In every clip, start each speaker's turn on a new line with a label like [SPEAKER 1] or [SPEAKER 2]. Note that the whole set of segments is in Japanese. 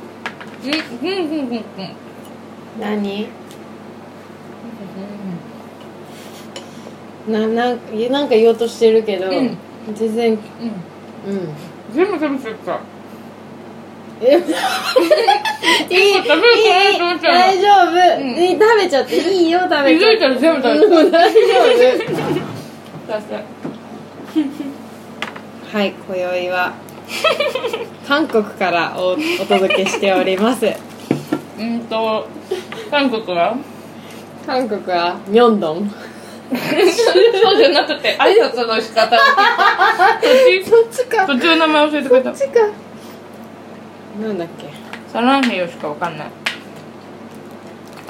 [SPEAKER 1] うんうんうんうんうん
[SPEAKER 2] 何ななんかなんか言おうとしてるけど、
[SPEAKER 1] うん
[SPEAKER 2] 全然うん
[SPEAKER 1] うん全部食べちゃった
[SPEAKER 2] え いいいい
[SPEAKER 1] 食べるかなと思っちゃう
[SPEAKER 2] 大丈夫、
[SPEAKER 1] うん
[SPEAKER 2] いい食べちゃっていいよ食
[SPEAKER 1] 気
[SPEAKER 2] べちゃ
[SPEAKER 1] づ
[SPEAKER 2] っ
[SPEAKER 1] いたら全部
[SPEAKER 2] て
[SPEAKER 1] 食べ
[SPEAKER 2] うん大丈夫
[SPEAKER 1] ちゃった
[SPEAKER 2] はい今宵は韓国からおお届けしております
[SPEAKER 1] うんと韓国は
[SPEAKER 2] 韓国はミョンドン
[SPEAKER 1] そうじゃなくて挨拶の仕方を聞いた途中
[SPEAKER 2] っちか
[SPEAKER 1] 途中名前教えてくれた
[SPEAKER 2] ちかなんだっけ
[SPEAKER 1] サランヘヨしかわかんない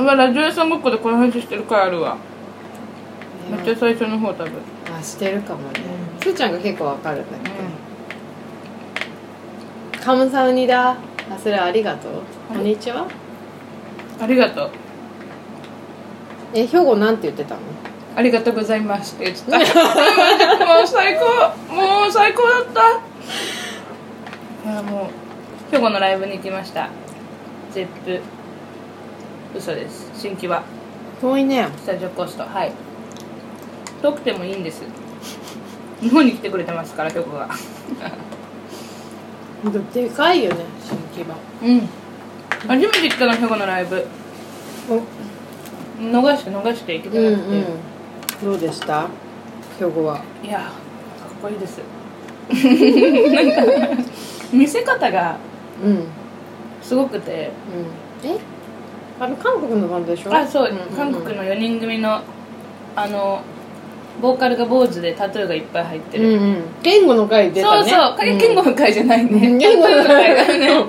[SPEAKER 1] うわラジオ屋さんごっこでこの話してる回あるわめっちゃ最初の方食べる
[SPEAKER 2] あしてるかもねすーちゃんが結構わかるんだっけカムサウニだあそれありがとうこんにちは
[SPEAKER 1] うんありがとう
[SPEAKER 2] え兵庫なんて言ってたの
[SPEAKER 1] ありがとうございますって言ってた もう最高もう最高だったいやもう兵庫のライブに行きましたゼップ嘘です新規は
[SPEAKER 2] 遠いね
[SPEAKER 1] スタジオコストはい遠くてもいいんです日本に来てくれてますから兵庫が
[SPEAKER 2] でかいよね新木場
[SPEAKER 1] うん初めて来たの兵庫のライブ逃して逃して行けて
[SPEAKER 2] う
[SPEAKER 1] なんく
[SPEAKER 2] う
[SPEAKER 1] て、
[SPEAKER 2] んどうでした兵庫はい
[SPEAKER 1] やーかっこいいです なんか見せ方が
[SPEAKER 2] うんうん
[SPEAKER 1] すごくて
[SPEAKER 2] えあの韓国のバンドでしょ
[SPEAKER 1] あそう、
[SPEAKER 2] んんん
[SPEAKER 1] 韓国の4人組のあのボーカルが坊主でタトゥーがいっぱい入って
[SPEAKER 2] うん
[SPEAKER 1] る、
[SPEAKER 2] うん言語の回出
[SPEAKER 1] そ
[SPEAKER 2] た
[SPEAKER 1] う
[SPEAKER 2] ね
[SPEAKER 1] そう影言語の会じゃないね、
[SPEAKER 2] うん
[SPEAKER 1] タトゥー
[SPEAKER 2] 言語
[SPEAKER 1] の
[SPEAKER 2] の
[SPEAKER 1] 会
[SPEAKER 2] 回
[SPEAKER 1] だ
[SPEAKER 2] だ
[SPEAKER 1] ね
[SPEAKER 2] ね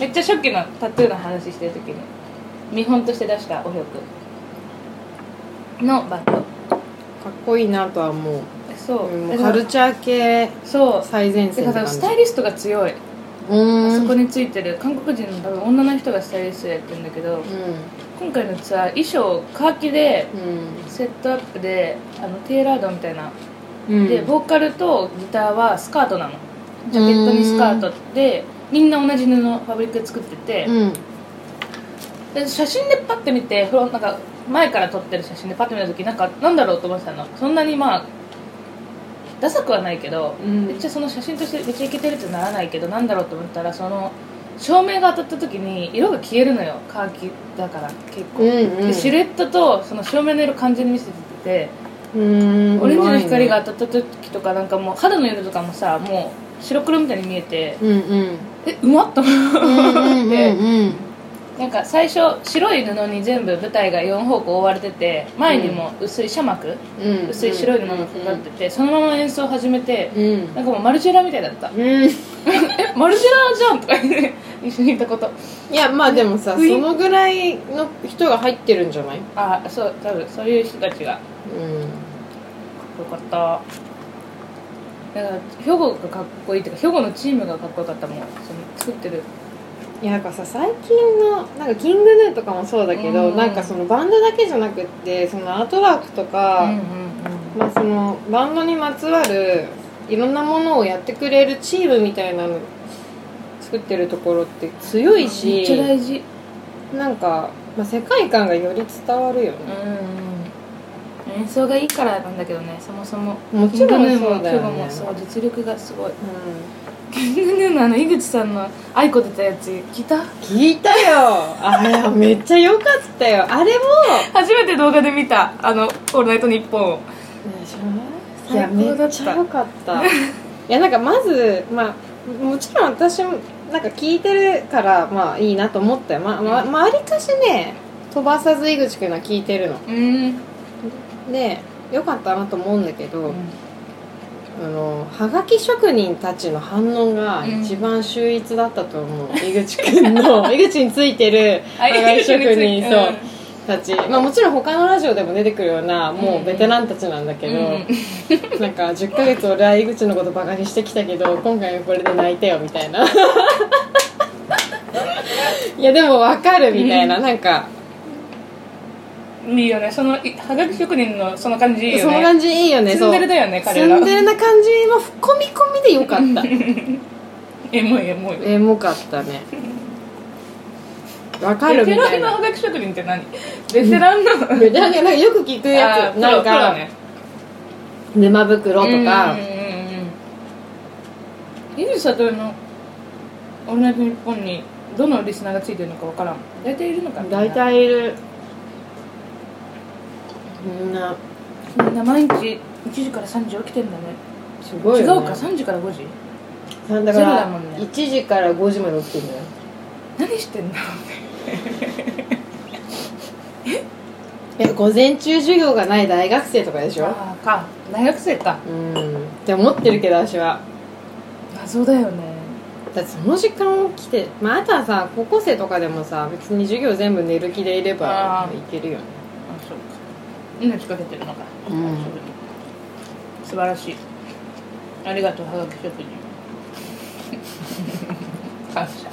[SPEAKER 1] めっちゃ初期のタトゥーの話してる時に見本として出したお曲のバンド
[SPEAKER 2] かっこいいなとは思う
[SPEAKER 1] そう、
[SPEAKER 2] うんカルチャー系
[SPEAKER 1] そう
[SPEAKER 2] 最前
[SPEAKER 1] だ
[SPEAKER 2] 線
[SPEAKER 1] か
[SPEAKER 2] って
[SPEAKER 1] ら
[SPEAKER 2] 感
[SPEAKER 1] ス
[SPEAKER 2] じ
[SPEAKER 1] タイリストが強い、
[SPEAKER 2] うー
[SPEAKER 1] あ
[SPEAKER 2] ん
[SPEAKER 1] そこについてる韓国人の多分女の人がスタイリストやってるんだけど、今回のツアー衣装カーキで
[SPEAKER 2] う
[SPEAKER 1] セットアップであのテーラードみたいな、
[SPEAKER 2] んうん
[SPEAKER 1] でボーカルとギターはスカートなのジャケットにスカートでみんな同じ布ファブリックで作ってて、
[SPEAKER 2] うん
[SPEAKER 1] で写真でパッて見てフロなんか前から撮ってる写真でパッて見た時なんかなんだろうと思ってたのそんなにまあダサくはないけど、
[SPEAKER 2] うん
[SPEAKER 1] めっちゃその写真としてめっちゃイケてるってならないけどなんだろうと思ったらその照明が当たった時に色が消えるのよカーキだから結構、
[SPEAKER 2] うんうん
[SPEAKER 1] でシルエットとその照明の色完全に見せてて、
[SPEAKER 2] うーん
[SPEAKER 1] オレンジの光
[SPEAKER 2] う
[SPEAKER 1] が当たった時とかなんかもう肌の色とかもさもう白黒みたいに見えて、
[SPEAKER 2] まいねうんうん
[SPEAKER 1] えうまっと思
[SPEAKER 2] うんうん
[SPEAKER 1] って、
[SPEAKER 2] うん
[SPEAKER 1] なんか最初白い布に全部舞台が4方向覆われてて前にも薄い遮幕、
[SPEAKER 2] うん
[SPEAKER 1] 薄い白い布がかかってて、そのまま演奏を始めて、
[SPEAKER 2] うん
[SPEAKER 1] なんかもうマルジェラみたいだった「
[SPEAKER 2] うん
[SPEAKER 1] えマルジェラじゃん」とか言って一緒にいたこと
[SPEAKER 2] いやまあでもさ
[SPEAKER 1] うん
[SPEAKER 2] そのぐらいの人が入ってるんじゃない
[SPEAKER 1] あそう多分そういう人たちが
[SPEAKER 2] う
[SPEAKER 1] よかっただから兵庫がかっこいいっていうか兵庫のチームがかっこよかったもんその作ってる
[SPEAKER 2] んいやなんかさ最近のなんかキングヌーとかもそうだけど
[SPEAKER 1] うん
[SPEAKER 2] なんかそのバンドだけじゃなくってそのアートワークとか
[SPEAKER 1] うんうん
[SPEAKER 2] まあ、そのバンドにまつわるいろんなものをやってくれるチームみたいなの作ってるところって強
[SPEAKER 1] うん
[SPEAKER 2] い
[SPEAKER 1] め
[SPEAKER 2] し
[SPEAKER 1] っちゃ大事
[SPEAKER 2] なんか、まあ、世界観がより伝わるよ
[SPEAKER 1] う
[SPEAKER 2] ね、
[SPEAKER 1] んうん演奏がいいからなんだけどねそもそも
[SPEAKER 2] もちろん
[SPEAKER 1] キングヌー
[SPEAKER 2] そ
[SPEAKER 1] も
[SPEAKER 2] うだよ
[SPEAKER 1] キ
[SPEAKER 2] ね
[SPEAKER 1] ューバもそう実力がすごい
[SPEAKER 2] うん、
[SPEAKER 1] キングヌーのあの井口さんの愛子出たやつ聞いた
[SPEAKER 2] 聞いたよあれめっちゃ良かったよあれも
[SPEAKER 1] 初めて動画で見たあの「オールナイトニッポン」を
[SPEAKER 2] いやめっちゃ良かった いやなんかまずまあもちろん私もなんか聞いてるからまあいいなと思ったよまままありかしね飛ばさず井口くんは聞いてるの
[SPEAKER 1] うん
[SPEAKER 2] で良かったなと思うんだけど、あのはがき職人たちの反応が
[SPEAKER 1] うん
[SPEAKER 2] 一番秀逸だったと思う、井口くん の井口についてるはがき職人そう、たち、まあ、もちろん他のラジオでも出てくるようなもうベテランたちなんだけ
[SPEAKER 1] う
[SPEAKER 2] ど、
[SPEAKER 1] ん
[SPEAKER 2] なんか10ヶ月俺は井口のことバカにしてきたけど今回はこれで泣いてよみた いないやでも分かるみたいな、なんか
[SPEAKER 1] うんいいよねそのいはがき職人のその感じいいよね
[SPEAKER 2] その感じいいよね
[SPEAKER 1] ツンデレだよね彼ら
[SPEAKER 2] ツンデレな感じも込み 込みでよかった
[SPEAKER 1] エモいエモい
[SPEAKER 2] エモかったねわかるみ
[SPEAKER 1] ベテラ
[SPEAKER 2] たい
[SPEAKER 1] ンの
[SPEAKER 2] な
[SPEAKER 1] ハガキ職人って何ベテランなの
[SPEAKER 2] ベテランがなんかよく聞くやつなんか、沼袋とか
[SPEAKER 1] 井口悟の「オールナイトニッポン」にどのリスナーがついてるのかわからん大体いるのかな
[SPEAKER 2] 大体いるみんな
[SPEAKER 1] みんな毎日1時から3時起きてんだね
[SPEAKER 2] すごい
[SPEAKER 1] 違
[SPEAKER 2] よ、
[SPEAKER 1] う
[SPEAKER 2] ね、
[SPEAKER 1] か3時から5時
[SPEAKER 2] そうだか
[SPEAKER 1] ゼロだも
[SPEAKER 2] ら
[SPEAKER 1] んね
[SPEAKER 2] 1時から5時まで起きてるんだよ
[SPEAKER 1] 何してんだろ
[SPEAKER 2] え午前中授業がない大学生とかでし
[SPEAKER 1] う
[SPEAKER 2] ょ
[SPEAKER 1] あーか大学生か
[SPEAKER 2] うんって思ってるけど私は
[SPEAKER 1] 謎だよね
[SPEAKER 2] だってその時間起きて、まあ、あとはさ高校生とかでもさ別に授業全部寝る気でいれば
[SPEAKER 1] あー
[SPEAKER 2] いけるよね
[SPEAKER 1] あそうか命かけてるのか、
[SPEAKER 2] うん
[SPEAKER 1] 素晴らしいありがとうはがき職人 感謝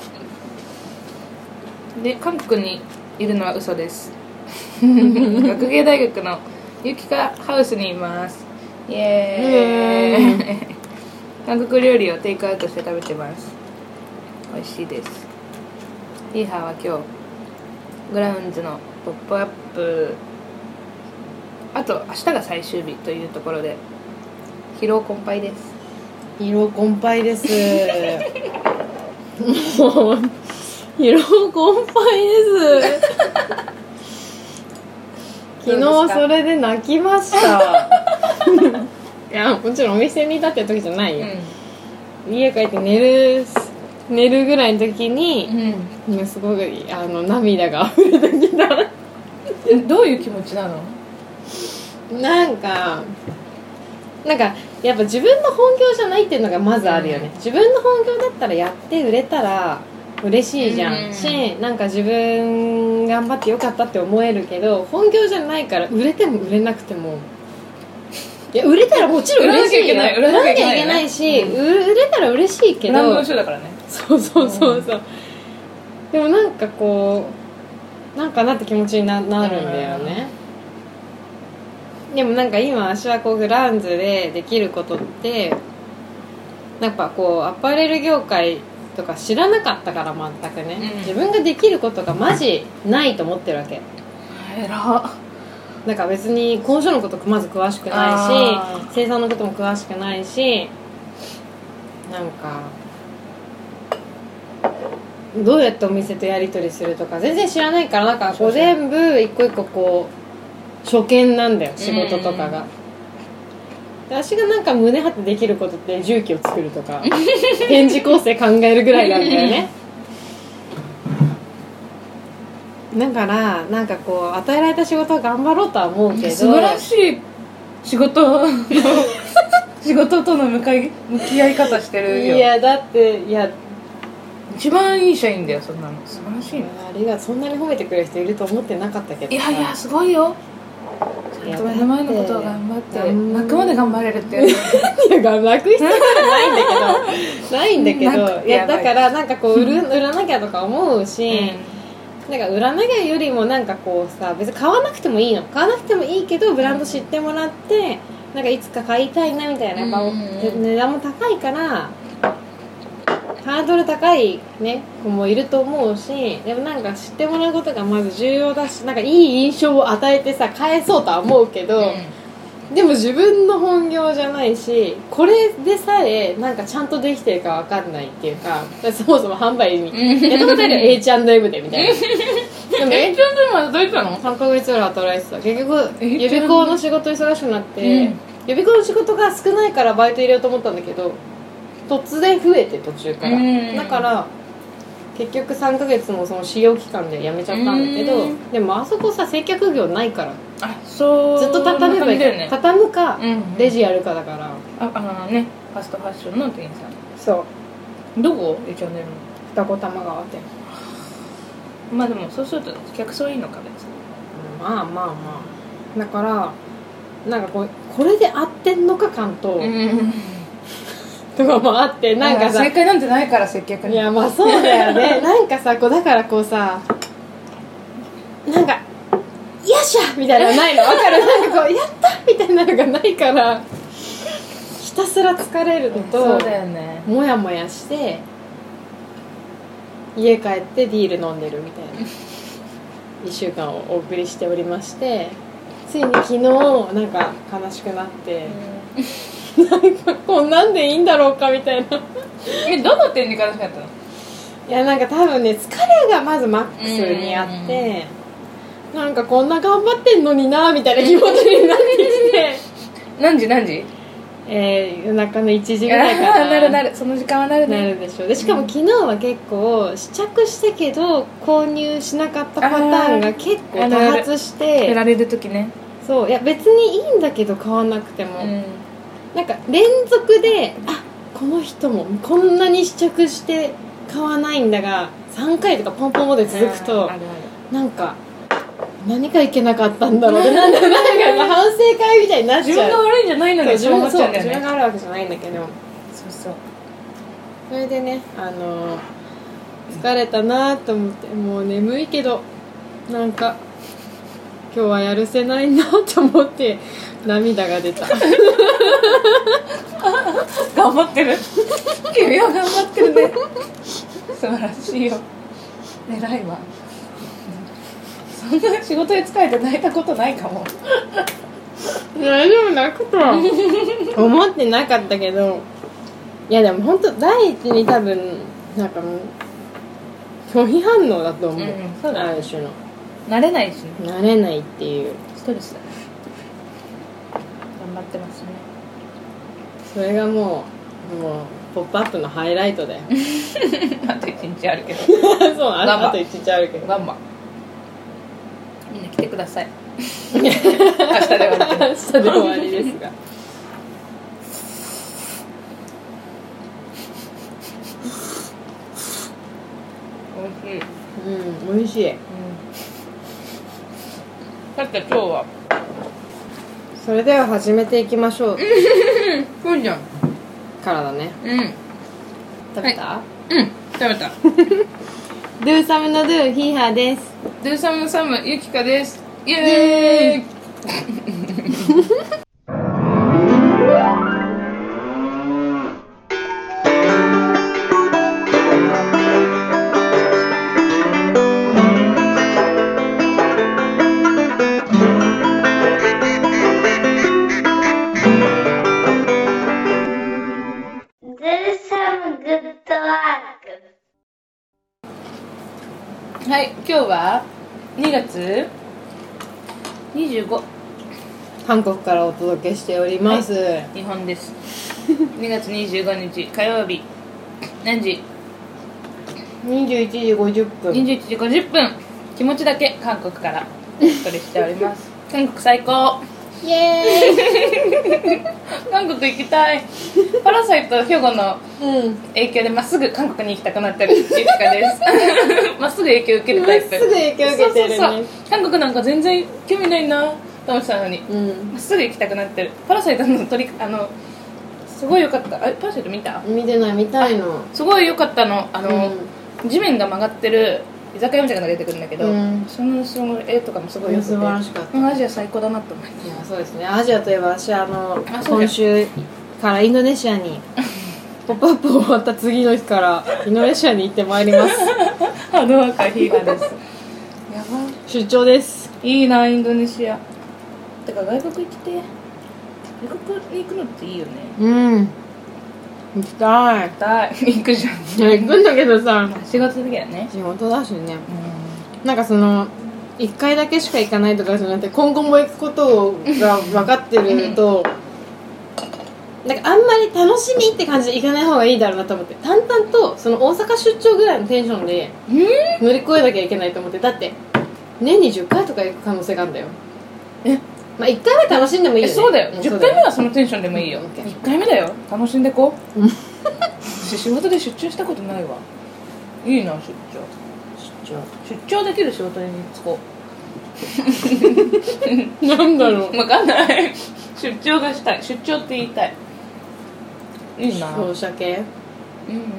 [SPEAKER 1] で韓国にいるのは嘘です 学芸大学のゆきかハウスにいますイエーイ
[SPEAKER 2] イエ
[SPEAKER 1] 韓国料理をテイクアウトして食べてます美味しいですリーハーは今日グラウンズの「ポップアップあと明日が最終日というところで疲労困憊です
[SPEAKER 2] 色困憊です もう色困憊です
[SPEAKER 1] どうですか
[SPEAKER 2] 昨日それで泣きました いやもちろんお店に立ってる時じゃないうよ、家帰って寝る寝るぐらいの時に、
[SPEAKER 1] ん、
[SPEAKER 2] もうすごくあの涙が溢れてきた
[SPEAKER 1] どういう気持ちなの
[SPEAKER 2] なんかなんかやっぱ自分の本業じゃないっていうのがまずあるよね、
[SPEAKER 1] うん
[SPEAKER 2] 自分の本業だったらやって売れたら嬉しいじゃん、
[SPEAKER 1] うん
[SPEAKER 2] しなんか自分頑張ってよかったって思えるけど本業じゃないから売れても売れなくてもいや売れたらもちろん嬉しいよ
[SPEAKER 1] 売らなきゃいけない売らなきゃいけない
[SPEAKER 2] 売らなきゃいけないし、
[SPEAKER 1] う
[SPEAKER 2] 売れたら嬉しいけ
[SPEAKER 1] ブ
[SPEAKER 2] ど
[SPEAKER 1] ランドの人だからね
[SPEAKER 2] そうそうそうそう、でもなんかこうなんかなって気持ちにななるんだよね、でもなんか今私はこうグランズでできることってやっぱこうアパレル業界とか知らなかったから全くね、
[SPEAKER 1] うん
[SPEAKER 2] 自分ができることがマジないと思ってるわけ
[SPEAKER 1] えら
[SPEAKER 2] なんか別に工場のことまず詳しくな
[SPEAKER 1] あ
[SPEAKER 2] いし生産のことも詳しくないしなんかどうやってお店とやり取りするとか全然知らないからなんかこう
[SPEAKER 1] そうそう
[SPEAKER 2] 全部一個一個こう初見なんだよ仕事とかが。で私がなんか胸張ってできることって重機を作るとか展示構成考えるぐらいなんだよね だからなんかこう与えられた仕事は頑張ろうとは思うけど
[SPEAKER 1] 素晴らしい仕事の仕事との向かい向き合い方してるよ
[SPEAKER 2] いやだっていや
[SPEAKER 1] 一番いい社員だよそんなの素晴らしいね
[SPEAKER 2] あれがそんなに褒めてくれる人いると思ってなかったけど
[SPEAKER 1] いやいやすごいよちゃんと目の前のことを頑張って泣くまで頑張れるって
[SPEAKER 2] いや泣く必要は ないんだけどないんだけ
[SPEAKER 1] 泣
[SPEAKER 2] ど
[SPEAKER 1] く
[SPEAKER 2] いやだからなんかこう売る売らなきゃとか思うし、なんか売らなきゃよりもなんかこうさ別に買わなくてもいいの買わなくてもいいけどブランド知ってもらってなんかいつか買いたいなみたいなやっぱ、
[SPEAKER 1] うんうん
[SPEAKER 2] 値段も高いからハードル高い、ね、子もいると思うしでもなんか知ってもらうことがまず重要だしなんかいい印象を与えてさ返そうとは思うけど、でも自分の本業じゃないしこれでさえなんかちゃんとできてるかわかんないっていうかそもそも販売
[SPEAKER 1] うん
[SPEAKER 2] にやったことあるよ H&M でみたいなでも
[SPEAKER 1] 勉強でもどういたの
[SPEAKER 2] 3ヶ月ぐらい働いてた結局
[SPEAKER 1] え
[SPEAKER 2] 予備校の仕事忙しくなって、
[SPEAKER 1] うん
[SPEAKER 2] 予備校の仕事が少ないからバイト入れようと思ったんだけど突然増えて途中から、
[SPEAKER 1] うん
[SPEAKER 2] だから結局3ヶ月もその試用期間で辞めちゃったんだけど、
[SPEAKER 1] うん
[SPEAKER 2] でもあそこさ接客業ないから
[SPEAKER 1] あそう
[SPEAKER 2] ずっと畳めばいい、
[SPEAKER 1] だよね
[SPEAKER 2] 畳むか、
[SPEAKER 1] うん
[SPEAKER 2] レジやるかだから
[SPEAKER 1] ああのねファストファッションの店員さん
[SPEAKER 2] そう
[SPEAKER 1] どこ H&M
[SPEAKER 2] 二子玉川店
[SPEAKER 1] まあでもそうすると客層いいのか別に
[SPEAKER 2] まあまあまあだからなんかこうこれで合ってんのか感と、
[SPEAKER 1] うん
[SPEAKER 2] とかもあってなんかさ
[SPEAKER 1] 正解なんてないから接客
[SPEAKER 2] い
[SPEAKER 1] に
[SPEAKER 2] やまあそうだよ ねなんかさこうだからこうさなんか「よっしゃ!」みたいなのないのわかるなんかこう「やった!」みたいなのがないからひたすら疲れるの
[SPEAKER 1] そう
[SPEAKER 2] と
[SPEAKER 1] だよね
[SPEAKER 2] もやもやして家帰ってビール飲んでるみたい な1週間をお送りしておりましてついに昨日なんか悲しくなって、なんかこんなんでいいんだろうかみたいな
[SPEAKER 1] えどの点に悲しかったの
[SPEAKER 2] いやなんか多分ね疲れがまずマックスにあって、なんかこんな頑張ってんのになみたいな気持ちに なってきて
[SPEAKER 1] 何時何時
[SPEAKER 2] えー夜中の1時ぐらいか
[SPEAKER 1] あ
[SPEAKER 2] な
[SPEAKER 1] ーなるなるその時間はなる
[SPEAKER 2] な
[SPEAKER 1] ね
[SPEAKER 2] るでしょうでしかも昨日は結構試着したけど購入しなかったパターンが結構多発し
[SPEAKER 1] や
[SPEAKER 2] て
[SPEAKER 1] られる時ね
[SPEAKER 2] そういや別にいいんだけど買わなくても、
[SPEAKER 1] うん
[SPEAKER 2] なんか連続であこの人もこんなに試着して買わないんだが3回とかポンポンまで続くと
[SPEAKER 1] あるある
[SPEAKER 2] なんか何がいけなかったんだろうってなんかなんか反省会みたいになっち
[SPEAKER 1] 自分が
[SPEAKER 2] ゃう
[SPEAKER 1] 悪いんじゃないの
[SPEAKER 2] そう
[SPEAKER 1] に
[SPEAKER 2] 自
[SPEAKER 1] そう
[SPEAKER 2] 分
[SPEAKER 1] 思っちゃうんだよ
[SPEAKER 2] 自分
[SPEAKER 1] ね
[SPEAKER 2] があるわけじゃないんだけど
[SPEAKER 1] そうそう
[SPEAKER 2] それでねあのー疲れたなと思ってもう眠いけどなんか今日はやるせないなと思って涙が出た
[SPEAKER 1] 頑張ってる君は頑張ってるね素晴らしいよ偉いわそんな仕事で疲れて泣いたことないかも
[SPEAKER 2] 大丈夫泣くとは思ってなかったけどいやでも本当第一に多分なんかもう拒否反応だと思う、
[SPEAKER 1] うんそうだね
[SPEAKER 2] ある種の
[SPEAKER 1] 慣れないしね
[SPEAKER 2] 慣れないっていう
[SPEAKER 1] ストレスだね頑張ってますね
[SPEAKER 2] それがもうもう「ポップアップのハイライトだ よ
[SPEAKER 1] あと一日あるけど
[SPEAKER 2] そうあ
[SPEAKER 1] 頑張
[SPEAKER 2] あと一日あるけど
[SPEAKER 1] ガンマみんな来てください明日ではな
[SPEAKER 2] 明日で終わりですが
[SPEAKER 1] 美味しい
[SPEAKER 2] うん美味しい
[SPEAKER 1] さて今日は
[SPEAKER 2] それでは始めていきましょう
[SPEAKER 1] そうじゃん
[SPEAKER 2] からだね
[SPEAKER 1] うん
[SPEAKER 2] 食べた、
[SPEAKER 1] うん食べた
[SPEAKER 2] ドゥーサムのドゥヒーハーです
[SPEAKER 1] ドゥサムサムゆきかですイエーイ
[SPEAKER 3] 「ズルサムグッドワーク」
[SPEAKER 1] はい今日は2月25
[SPEAKER 2] 韓国からお届けしております、
[SPEAKER 1] 日本です 2月25日火曜日何時
[SPEAKER 2] 21時50分
[SPEAKER 1] 21時50分気持ちだけ韓国からお送りしております 韓国最高
[SPEAKER 2] イエーイ
[SPEAKER 1] 韓国行きたいパラサイト兵庫の
[SPEAKER 2] うん
[SPEAKER 1] 影響でまっすぐ韓国に行きたくなったりゆきかです まっすぐ影響受けるタイプ
[SPEAKER 2] まっすぐ影響受けてる
[SPEAKER 1] そうそ
[SPEAKER 2] ね
[SPEAKER 1] うそう韓国なんか全然興味ないなと思ってたのに
[SPEAKER 2] うん
[SPEAKER 1] まっすぐ行きたくなってるパラサイトの取りあのすごい良かったあれパラサイト見た
[SPEAKER 2] 見てない見たいの
[SPEAKER 1] すごい良かったのあ
[SPEAKER 2] う
[SPEAKER 1] の、
[SPEAKER 2] ん
[SPEAKER 1] 地面が曲がってる居酒屋みたいなのが出てくるんだけど、
[SPEAKER 2] うん
[SPEAKER 1] その後ろの絵とかもすごい良くて
[SPEAKER 2] 素晴らしかった
[SPEAKER 1] うんアジア最高だなと思って
[SPEAKER 2] いやそうですねアジアといえば私あの
[SPEAKER 1] あそうだよ
[SPEAKER 2] 今週からインドネシア に「ポップアップ終わった次の日からインドネシアに行ってまいります
[SPEAKER 1] ハードワーカーヒーガーです やば
[SPEAKER 2] 出張です
[SPEAKER 1] いいなインドネシアてか外国行きて外国に行くのっていいよね
[SPEAKER 2] うん行きたい
[SPEAKER 1] だ行くじゃん
[SPEAKER 2] いや行くんだけどさ
[SPEAKER 1] 仕事だけだね
[SPEAKER 2] 仕事だしねなんかその1回だけしか行かないとかじゃなくて今後も行くこと が分かってるとなんかあんまり楽しみって感じで行かない方がいいだろうなと思って淡々とその大阪出張ぐらいのテンションで
[SPEAKER 1] うん
[SPEAKER 2] 乗り越えなきゃいけないと思ってだって年に10回とか行く可能性があるんだよ
[SPEAKER 1] え
[SPEAKER 2] まあ1回目楽しんでもいいよ、
[SPEAKER 1] え
[SPEAKER 2] ね、
[SPEAKER 1] そうだよ
[SPEAKER 2] ん
[SPEAKER 1] 10回目はそのテンションでもいいよ
[SPEAKER 2] うん OK
[SPEAKER 1] 1回目だよ楽しんでこう私仕事で出張したことないわいいな出張
[SPEAKER 2] 出
[SPEAKER 1] 出張できる仕事に就こ
[SPEAKER 2] 張なんだろう
[SPEAKER 1] う分かんない 出張がしたい出張って言いたいいいな
[SPEAKER 2] 放射系
[SPEAKER 1] うんうんうんうん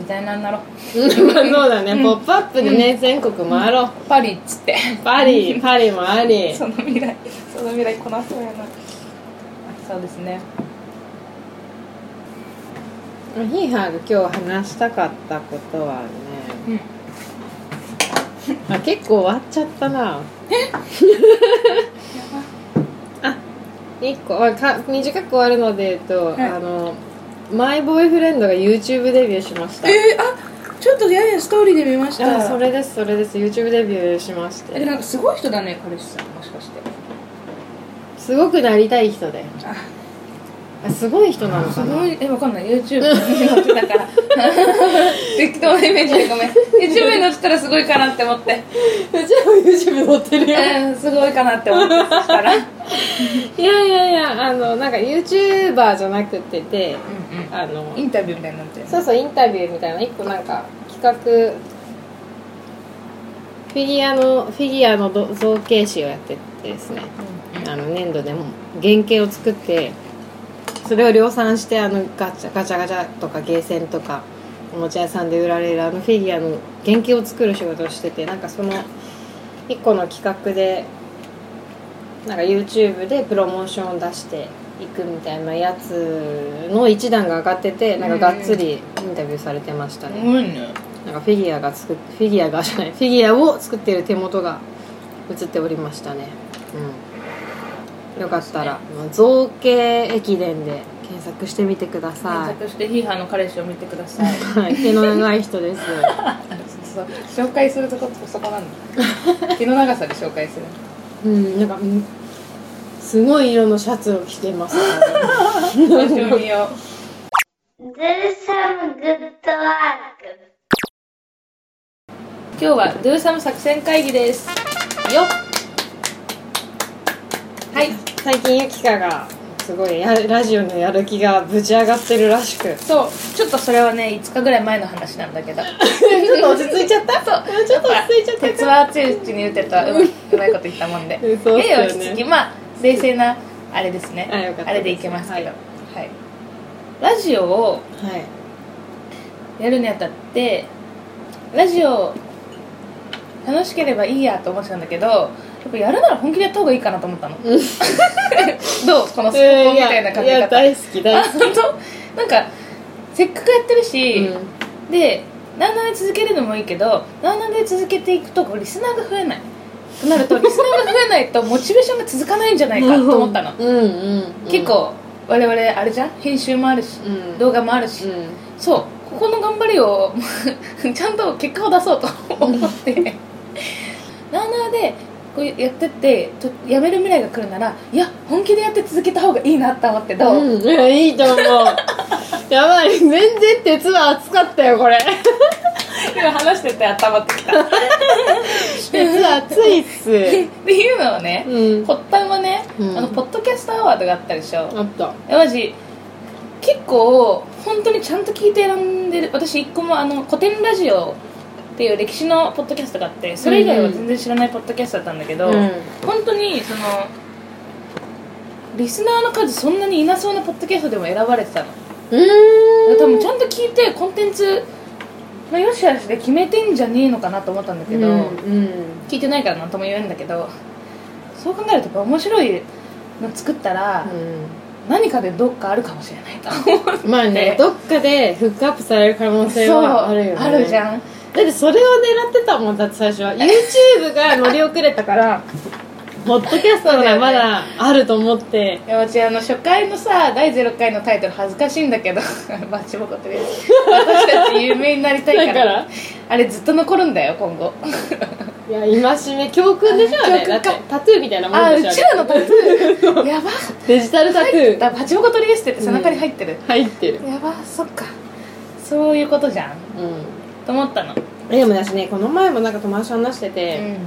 [SPEAKER 1] みたいなんだろう
[SPEAKER 2] うんそうだね「ポップアップでね全国回ろう
[SPEAKER 1] パリっつって
[SPEAKER 2] パリパリもあり
[SPEAKER 1] その未来その未来こなそうやなそうですね
[SPEAKER 2] ヒーハーが今日話したかったことはね、あ結構終わっちゃったな あ一個あか短く終わるのでえっと、
[SPEAKER 1] はい
[SPEAKER 2] あのマイボーイフレンドが YouTube デビューしました
[SPEAKER 1] えー、あちょっとややストーリーで見ました
[SPEAKER 2] あそれですそれです YouTube デビューしまし
[SPEAKER 1] え
[SPEAKER 2] て
[SPEAKER 1] なんかすごい人だね彼氏さんもしかして
[SPEAKER 2] すごくなりたい人で
[SPEAKER 1] あ
[SPEAKER 2] あすごい人なの
[SPEAKER 1] す
[SPEAKER 2] か
[SPEAKER 1] ご
[SPEAKER 2] ない
[SPEAKER 1] えわかんない YouTube に載ってたから 適当なイメージでごめん YouTube に載ってたらすごいかなって思って
[SPEAKER 2] うちも YouTube 載ってるよ
[SPEAKER 1] うんすごいかなって思ってそしたらうん
[SPEAKER 2] いやいやいやあのなんか YouTuber じゃなくててあの
[SPEAKER 1] インタビューみたいになってる
[SPEAKER 2] そうそうインタビューみたいな一個なんか企画フィギュアのフィギュアのど造形師をやっててですねあの粘土でも原型を作ってそれを量産してあのガチャガチャガチャとかゲーセンとかおもちゃ屋さんで売られるあのフィギュアの原型を作る仕事をしててなんかその一個の企画でなんか YouTube でプロモーションを出していくみたいなやつの一段が上がっててなんかがっつりインタビューされてましたね、
[SPEAKER 1] すごいね
[SPEAKER 2] なんかフィギュアが作っフィギュアがじゃないフィギュアを作っている手元が映っておりましたね、うん、よかったら、造形駅伝で検索してみてくださ
[SPEAKER 1] 検索してヒーハーの彼氏を見てください
[SPEAKER 2] い、はい、毛の長い人 です
[SPEAKER 1] そうそう紹介するとこそこなん だ毛の長さで紹介する
[SPEAKER 2] うんなんかうんすごい色のシャツを着てます、ね、
[SPEAKER 1] 今週見よ
[SPEAKER 3] Do some good work.
[SPEAKER 1] 今日はドゥーサム作戦会議ですよっはい
[SPEAKER 2] 最近ゆきかがすごいやラジオのやる気がぶち上がってるらし く
[SPEAKER 1] そうちょっとそれはね5日ぐらい前の話なんだけど
[SPEAKER 2] ちょっと落ち着いちゃったそうちょっと落ち着いちゃった
[SPEAKER 1] 鉄は熱いうちに打てとはうまうまいこと言ったも んで
[SPEAKER 2] そうっすよね
[SPEAKER 1] やや落ち着きまあ冷静なあれですね
[SPEAKER 2] あよかったです
[SPEAKER 1] れでいけますけど、はいラジオを
[SPEAKER 2] はい
[SPEAKER 1] やるにあたってラジオ楽しければいいやと思ってたんだけどやっぱやるなら本気でやった方がいいかなと思ったの どうこのスポコンみ
[SPEAKER 2] えーい
[SPEAKER 1] たい
[SPEAKER 2] や
[SPEAKER 1] な感
[SPEAKER 2] い
[SPEAKER 1] じ
[SPEAKER 2] や
[SPEAKER 1] 方
[SPEAKER 2] 大好き大
[SPEAKER 1] あ
[SPEAKER 2] 好
[SPEAKER 1] 本当なんかせっかくやってる
[SPEAKER 2] き、
[SPEAKER 1] し、でなあなあで続けるのもいいけどなあなあで続けていくとこうリスナーが増えないとなるとリスナーが増えないとモチベーションが続かないんじゃないかと思ったの、
[SPEAKER 2] うんうんうん
[SPEAKER 1] 結構我々あれじゃん編集もあるし、
[SPEAKER 2] うん
[SPEAKER 1] 動画もあるし、
[SPEAKER 2] うん
[SPEAKER 1] そうここの頑張りを ちゃんと結果を出そうと思ってなあなあでこうやってってとやめる未来が来るならいや本気でやって続けた方がいいなって思ってどう、
[SPEAKER 2] うん、いやいいと思うやばい全然鉄は熱かったよこれ
[SPEAKER 1] 今話してて頭ってきたっ
[SPEAKER 2] 鉄熱いっす
[SPEAKER 1] ていうのをね、
[SPEAKER 2] うん
[SPEAKER 1] 発端はね、
[SPEAKER 2] うん
[SPEAKER 1] あのポッドキャストアワードがあったでしょ
[SPEAKER 2] あった
[SPEAKER 1] いやマジ結構本当にちゃんと聞いて選んでる私一個もあの古典ラジオっていう歴史のポッドキャストがあってそれ以外は全然知らないポッドキャストだったんだけど、
[SPEAKER 2] うん
[SPEAKER 1] 本当にそのリスナーの数そんなにいなそうなポッドキャストでも選ばれてたの
[SPEAKER 2] うーん
[SPEAKER 1] 多分ちゃんと聞いてコンテンツのよしあしで決めてんじゃねえのかなと思ったんだけど、
[SPEAKER 2] うんうん
[SPEAKER 1] 聞いてないから何とも言えんだけどそう考えるとやっぱ面白いの作ったら、何かでどっかあるかもしれないと思う
[SPEAKER 2] うんまあ
[SPEAKER 1] で
[SPEAKER 2] ねどっかでフックアップされる可能性はあるよね
[SPEAKER 1] そうあるじゃん
[SPEAKER 2] だってそれを狙ってたもんだって最初は YouTube が乗り遅れたからポッドキャストがまだあると思って
[SPEAKER 1] いやうちあの初回のさ第0回のタイトル恥ずかしいんだけど バチボコってです私たち有名になりたいから
[SPEAKER 2] だから
[SPEAKER 1] あれずっと残るんだよ今後
[SPEAKER 2] いや戒め教訓でしょあれ
[SPEAKER 1] 教訓か
[SPEAKER 2] だってタトゥーみたいなも
[SPEAKER 1] あ
[SPEAKER 2] ん
[SPEAKER 1] う
[SPEAKER 2] でし
[SPEAKER 1] ち
[SPEAKER 2] ょ
[SPEAKER 1] らのタトゥ ーやば
[SPEAKER 2] あれデジタルタトゥー
[SPEAKER 1] だバチボコトリエステって背中に入ってる、
[SPEAKER 2] 入ってる
[SPEAKER 1] やばそっかそういうことじゃん
[SPEAKER 2] うん
[SPEAKER 1] と思ったの
[SPEAKER 2] でも私ねこの前もなんか友達と話してて、い
[SPEAKER 1] ん
[SPEAKER 2] や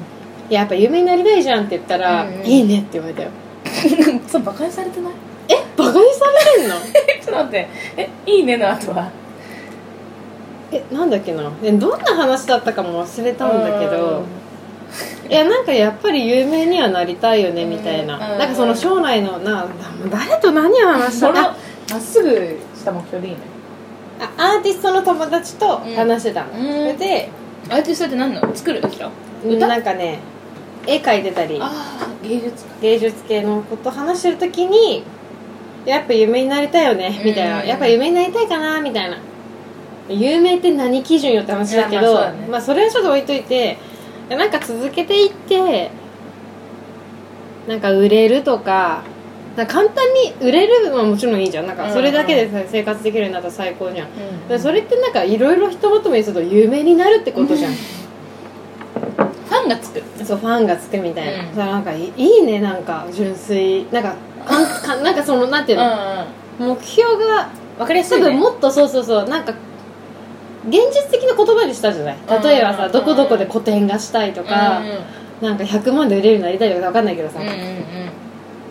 [SPEAKER 2] やっぱ有名になりたいじゃんって言ったら、
[SPEAKER 1] うんうん
[SPEAKER 2] いいねって言われたよ
[SPEAKER 1] そうバカにされてない
[SPEAKER 2] えバカにされ るの
[SPEAKER 1] ちょっと待ってえいいねの後は
[SPEAKER 2] えなんだっけなえどんな話だったかも忘れたんだけどいやなんかやっぱり有名にはなりたいよねみたいな、
[SPEAKER 1] うんうん
[SPEAKER 2] なんかその将来のなな誰と何を話し
[SPEAKER 1] そ
[SPEAKER 2] た
[SPEAKER 1] のま
[SPEAKER 2] か
[SPEAKER 1] っすぐした目標でいいね
[SPEAKER 2] あアーティストの友達と話してたの、
[SPEAKER 1] うん
[SPEAKER 2] それで
[SPEAKER 1] アーティストって何の作るでしょ歌
[SPEAKER 2] なんかね絵描いてたり
[SPEAKER 1] ああ芸術
[SPEAKER 2] 芸術系のこと話してる時にやっぱ有名になりたいよねみたいな、
[SPEAKER 1] うん
[SPEAKER 2] やっぱ有名になりたいかなみたいな有名って何基準よって話だけど
[SPEAKER 1] いや
[SPEAKER 2] ま
[SPEAKER 1] まあ
[SPEAKER 2] あ
[SPEAKER 1] そうだね
[SPEAKER 2] それはちょっと置いといていやなんか続けていってなんか売れるとかなんか簡単に売れるのはもちろんいいじゃんなんかそれだけでさ生活できるようになったら最高じゃ
[SPEAKER 1] う
[SPEAKER 2] ん
[SPEAKER 1] ん
[SPEAKER 2] でそれってなんかいろいろ一言目にすると有名になるってことじゃん、
[SPEAKER 1] ファンがつく
[SPEAKER 2] そうファンがつくみたいな、
[SPEAKER 1] うん
[SPEAKER 2] それなんかいいいねなんか純粋なんかかんかなんかそのなんていうの、目標が
[SPEAKER 1] わかりやす
[SPEAKER 2] 多
[SPEAKER 1] いね
[SPEAKER 2] 分もっとそうそうそうなんか現実的な言葉にしたじゃない例えばさ、
[SPEAKER 1] うん
[SPEAKER 2] どこどこで個展がしたいとか、
[SPEAKER 1] うんうん
[SPEAKER 2] なんか100万で売れるようになりたいとかわかんないけどさ、
[SPEAKER 1] うんうん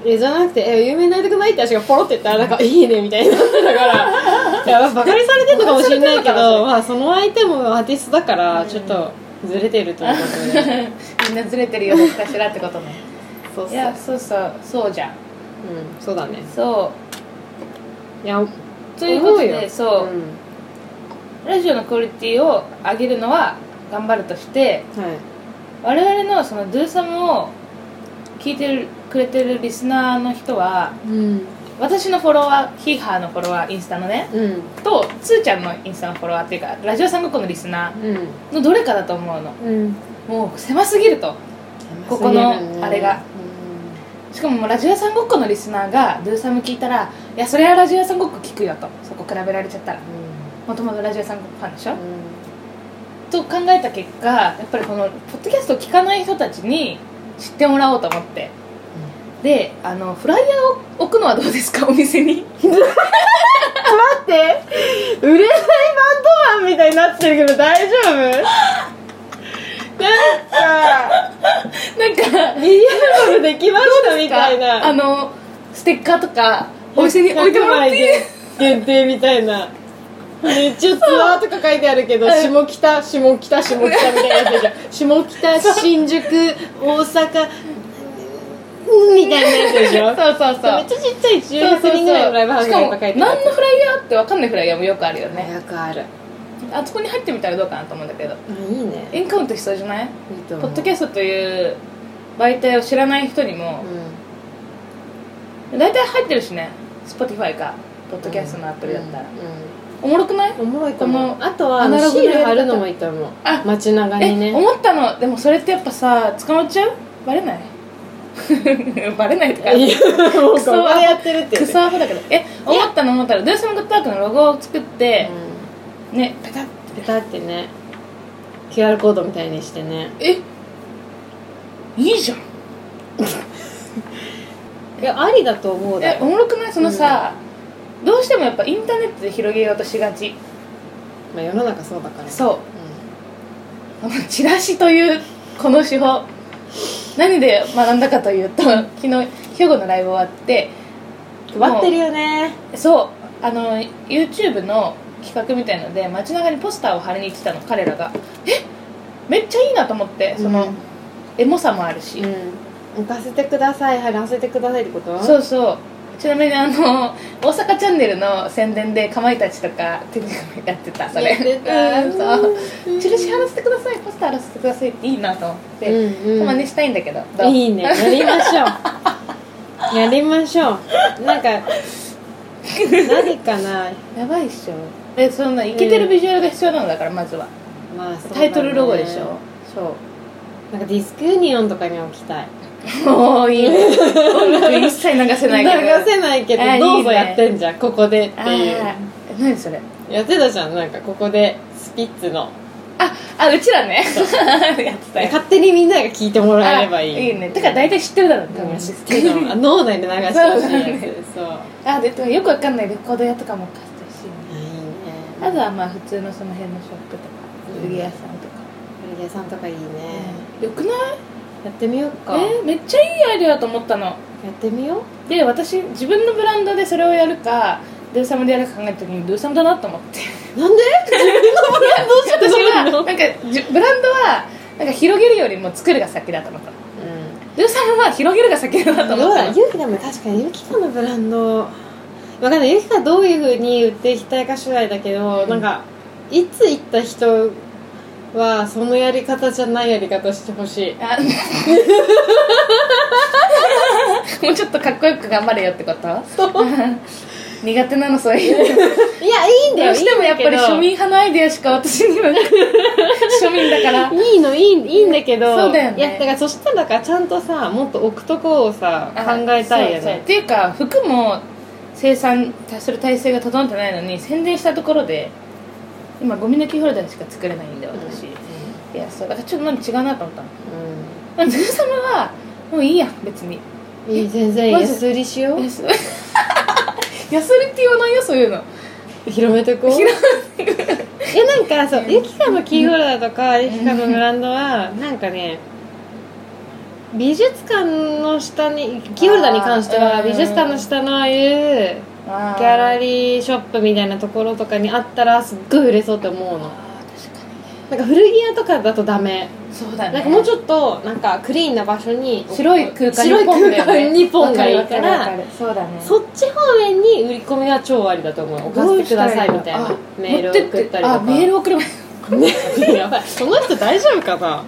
[SPEAKER 2] えじゃなくて「え有名になりたくない?」って私がポロって言ったらなんか「いいね」みたいになってたから いやバカにされてるのかもしれない
[SPEAKER 1] バ
[SPEAKER 2] け
[SPEAKER 1] カにされてるのかもしれ
[SPEAKER 2] ど、まあ、その相手もアーティストだから
[SPEAKER 1] うん
[SPEAKER 2] ちょっとずれてるということで、
[SPEAKER 1] みんなずれてるよどっかしらってことね
[SPEAKER 2] そうそう
[SPEAKER 1] いやそうそうそうじゃん
[SPEAKER 2] うん、そうだね
[SPEAKER 1] そ
[SPEAKER 2] いや
[SPEAKER 1] うということ
[SPEAKER 2] 思
[SPEAKER 1] で
[SPEAKER 2] よ
[SPEAKER 1] そう、
[SPEAKER 2] ん
[SPEAKER 1] ラジオのクオリティを上げるのは頑張るとして
[SPEAKER 2] はい
[SPEAKER 1] 我々のそのドゥーサムを聞いてるくれてるリスナーの人は
[SPEAKER 2] うん
[SPEAKER 1] 私のフォロワーヒーハーのフォロワーインスタのね
[SPEAKER 2] うん
[SPEAKER 1] とつーちゃんのインスタのフォロワーっていうかラジオさんごっこのリスナ
[SPEAKER 2] うん
[SPEAKER 1] ーのどれかだと思うの
[SPEAKER 2] うん
[SPEAKER 1] もう狭すぎるとここのあれが、しかももうラジオ屋さんごっこのリスナーがドゥーサム聞いたらいやそれはラジオ屋さんごっこ聞くよとそこ比べられちゃったら
[SPEAKER 2] う
[SPEAKER 1] もともとラジオ屋さんごっこファンでしょ、
[SPEAKER 2] ん
[SPEAKER 1] と考えた結果やっぱりこのポッドキャストを聞かない人たちに知ってもらおうと思って、であのフライヤーを置くのはどうですかお店 に
[SPEAKER 2] 待って売れないバンドマンみたいになってるけど大丈夫
[SPEAKER 1] なんか
[SPEAKER 2] なんかミディアルバムできましたみたいな
[SPEAKER 1] あのステッカーとかお店に置いてもらっ
[SPEAKER 2] 100枚
[SPEAKER 1] て
[SPEAKER 2] で限定みたいなめっちゃツアーとか書いてあるけど
[SPEAKER 1] うん
[SPEAKER 2] 下北下北下北みたいなやつじゃん下北新宿大阪うんみたいなやつでし
[SPEAKER 1] そ
[SPEAKER 2] ょ
[SPEAKER 1] うそうそう
[SPEAKER 2] めっちゃちっちゃい
[SPEAKER 1] そうそう
[SPEAKER 2] 18
[SPEAKER 1] そう
[SPEAKER 2] 人ぐらいのライブハウス
[SPEAKER 1] し
[SPEAKER 2] に
[SPEAKER 1] か
[SPEAKER 2] 書
[SPEAKER 1] も
[SPEAKER 2] いてある
[SPEAKER 1] 何のフライヤーってわかんないフライヤーもよくあるよね
[SPEAKER 2] よくある
[SPEAKER 1] あそこに入ってみたらどうかなと思うんだけど
[SPEAKER 2] いいね
[SPEAKER 1] エンカウントしそうじゃない
[SPEAKER 2] いいと
[SPEAKER 1] ポ
[SPEAKER 2] 思う
[SPEAKER 1] ッドキャストという媒体を知らない人にも大体入ってるしね Spotify かポッドキャストのアプリだったら、
[SPEAKER 2] うんうん
[SPEAKER 1] おもろくない
[SPEAKER 2] おもろいと思
[SPEAKER 1] こ
[SPEAKER 2] うあとは
[SPEAKER 1] ア
[SPEAKER 2] あの
[SPEAKER 1] ナログ
[SPEAKER 2] シ
[SPEAKER 1] な
[SPEAKER 2] ー
[SPEAKER 1] やり方
[SPEAKER 2] ル貼るのもいいと思う
[SPEAKER 1] あ
[SPEAKER 2] 街中に
[SPEAKER 1] え
[SPEAKER 2] ね
[SPEAKER 1] 思ったのでもそれってやっぱさ捕まっちゃうバレない バレないとか
[SPEAKER 2] いやもうここでやってるって
[SPEAKER 1] クソアホだけどえ思ったの思ったらドゥースムグッドワークのロゴを作って、
[SPEAKER 2] う
[SPEAKER 1] ねペタッ
[SPEAKER 2] んペタってね QR コードみたいにしてね
[SPEAKER 1] えいいじゃん
[SPEAKER 2] いやありだと思うだ
[SPEAKER 1] えお
[SPEAKER 2] よ
[SPEAKER 1] もろくないそのさ、どうしてもやっぱインターネットで広げようとしがち
[SPEAKER 2] まあ世の中そうだから
[SPEAKER 1] そう
[SPEAKER 2] う
[SPEAKER 1] このチラシというこの手法何で学んだかというと 昨日兵庫のライブ終わって
[SPEAKER 2] ん配ってるよね
[SPEAKER 1] そうあの YouTube の企画みたいので街中にポスターを貼りに来たの彼らがえめっちゃいいなと思ってその、
[SPEAKER 2] うん
[SPEAKER 1] エモさもあるし、
[SPEAKER 2] うん置かせてください貼らせてくださいってこと
[SPEAKER 1] そうそうちなみにあの大阪チャンネルの宣伝でかまいたちとかテレビやってたそれ
[SPEAKER 2] やってた
[SPEAKER 1] うんそう
[SPEAKER 2] うん
[SPEAKER 1] チラシ貼らせてくださいポスター貼らせてくださいっていいなと思って、
[SPEAKER 2] うんうん
[SPEAKER 1] 真似したいんだけどどう
[SPEAKER 2] いいねやりましょうやりましょうなんか何かな
[SPEAKER 1] やばいっしょでそんなイケてるビジュアルが必要なのだからまずは、
[SPEAKER 2] まあそうだね
[SPEAKER 1] タイトルロゴでしょそう
[SPEAKER 2] なんかディスクユニオンとかに置きたい
[SPEAKER 1] もういい音楽一切流せ
[SPEAKER 2] 流
[SPEAKER 1] ないけど
[SPEAKER 2] せないけど
[SPEAKER 1] あいいね
[SPEAKER 2] どうぞやってんじゃんここでって
[SPEAKER 1] あ
[SPEAKER 2] いう
[SPEAKER 1] ーえ何それ
[SPEAKER 2] やってたじゃんなんかここでスピッツの
[SPEAKER 1] ああうちらね やってたよ
[SPEAKER 2] 勝手にみんなが聞いてもらえればい
[SPEAKER 1] あ
[SPEAKER 2] い
[SPEAKER 1] いいねてか大体知ってるだろう多
[SPEAKER 2] うん
[SPEAKER 1] 分
[SPEAKER 2] 知ってるのあ脳内で流してほしいやつ そう,、
[SPEAKER 1] あででもよくわかんないレコード屋とかも貸してほしいね
[SPEAKER 2] あい
[SPEAKER 1] あ
[SPEAKER 2] いね
[SPEAKER 1] とはまあ普通のその辺のショップとか古着屋さんとか、
[SPEAKER 2] 古着屋さんとかいいね、
[SPEAKER 1] よくない
[SPEAKER 2] やってみようか、
[SPEAKER 1] えーめっちゃいいアイデアだと思ったの
[SPEAKER 2] やってみよう
[SPEAKER 1] で私自分のブランドでそれをやるかドゥーサムでやるか考えた時にドゥーサムだなと思って
[SPEAKER 2] なんで自分のブランド
[SPEAKER 1] 私は
[SPEAKER 2] をう
[SPEAKER 1] なんかじブランドはなんか広げるよりも作るが先だと思ったの
[SPEAKER 2] ん
[SPEAKER 1] ルーさんは広げるが先だなと思
[SPEAKER 2] どう
[SPEAKER 1] った
[SPEAKER 2] だ
[SPEAKER 1] の
[SPEAKER 2] ゆうきでも確かにゆうきかのブランドわかんないゆうきがどういうふうに売っていきたいか次第だけど、
[SPEAKER 1] うん
[SPEAKER 2] なんかいつ行った人はそのやり方じゃないやり方してほしい
[SPEAKER 1] あ もうちょっとかっこよく頑張れよってこと
[SPEAKER 2] そう
[SPEAKER 1] 苦手なのそういう
[SPEAKER 2] いやいいんだ
[SPEAKER 1] ど
[SPEAKER 2] よ
[SPEAKER 1] うしてもやっぱり庶民派のアイデアしか私には 庶民だから
[SPEAKER 2] いいのいいいいんだけど
[SPEAKER 1] そうだよね
[SPEAKER 2] いやだからそしたらだからちゃんとさもっと置くとこをさ考えたいよ
[SPEAKER 1] そうそうっ
[SPEAKER 2] ね
[SPEAKER 1] ていうか服も生産する体制が整ってないのに宣伝したところで今ゴミ抜きフォルダしか作れないんで私、いやそうだからちょっとなんか違うなと思ったの
[SPEAKER 2] う
[SPEAKER 1] でもズル様はもういいや別に
[SPEAKER 2] んいい全然
[SPEAKER 1] まず
[SPEAKER 2] 安売りしよう
[SPEAKER 1] 安すりって言わないよそういうの
[SPEAKER 2] 広めてこう広めいやなんかそうユキカのキーホルダーとかユキカのブランドはなんかね美術館の下にキーホルダーに関して
[SPEAKER 1] あ
[SPEAKER 2] は
[SPEAKER 1] ー
[SPEAKER 2] 美術館の下のああいう
[SPEAKER 1] ギャ
[SPEAKER 2] ギャラリーショップみたいなところとかにあったらすっごい売れそうって思うの
[SPEAKER 1] あー確か
[SPEAKER 2] なんか古着屋とかだとダメ
[SPEAKER 1] にそうだね
[SPEAKER 2] なんかもうち
[SPEAKER 1] ょっ
[SPEAKER 2] ょっとなんかクリーンな場所に
[SPEAKER 1] 白い空間
[SPEAKER 2] 白い空間にポンがいい
[SPEAKER 1] わ
[SPEAKER 2] か
[SPEAKER 1] るわるわ
[SPEAKER 2] ら
[SPEAKER 1] るそうだね
[SPEAKER 2] そっち方面に売り込みは超ありだと思うお
[SPEAKER 1] ど
[SPEAKER 2] 貸
[SPEAKER 1] う
[SPEAKER 2] してく
[SPEAKER 1] したら
[SPEAKER 2] ださい
[SPEAKER 1] の
[SPEAKER 2] みたい
[SPEAKER 1] あ
[SPEAKER 2] なメールを送ったりと
[SPEAKER 1] 持て
[SPEAKER 2] か
[SPEAKER 1] あメール送ればいい
[SPEAKER 2] ル やばいこの人大丈夫かな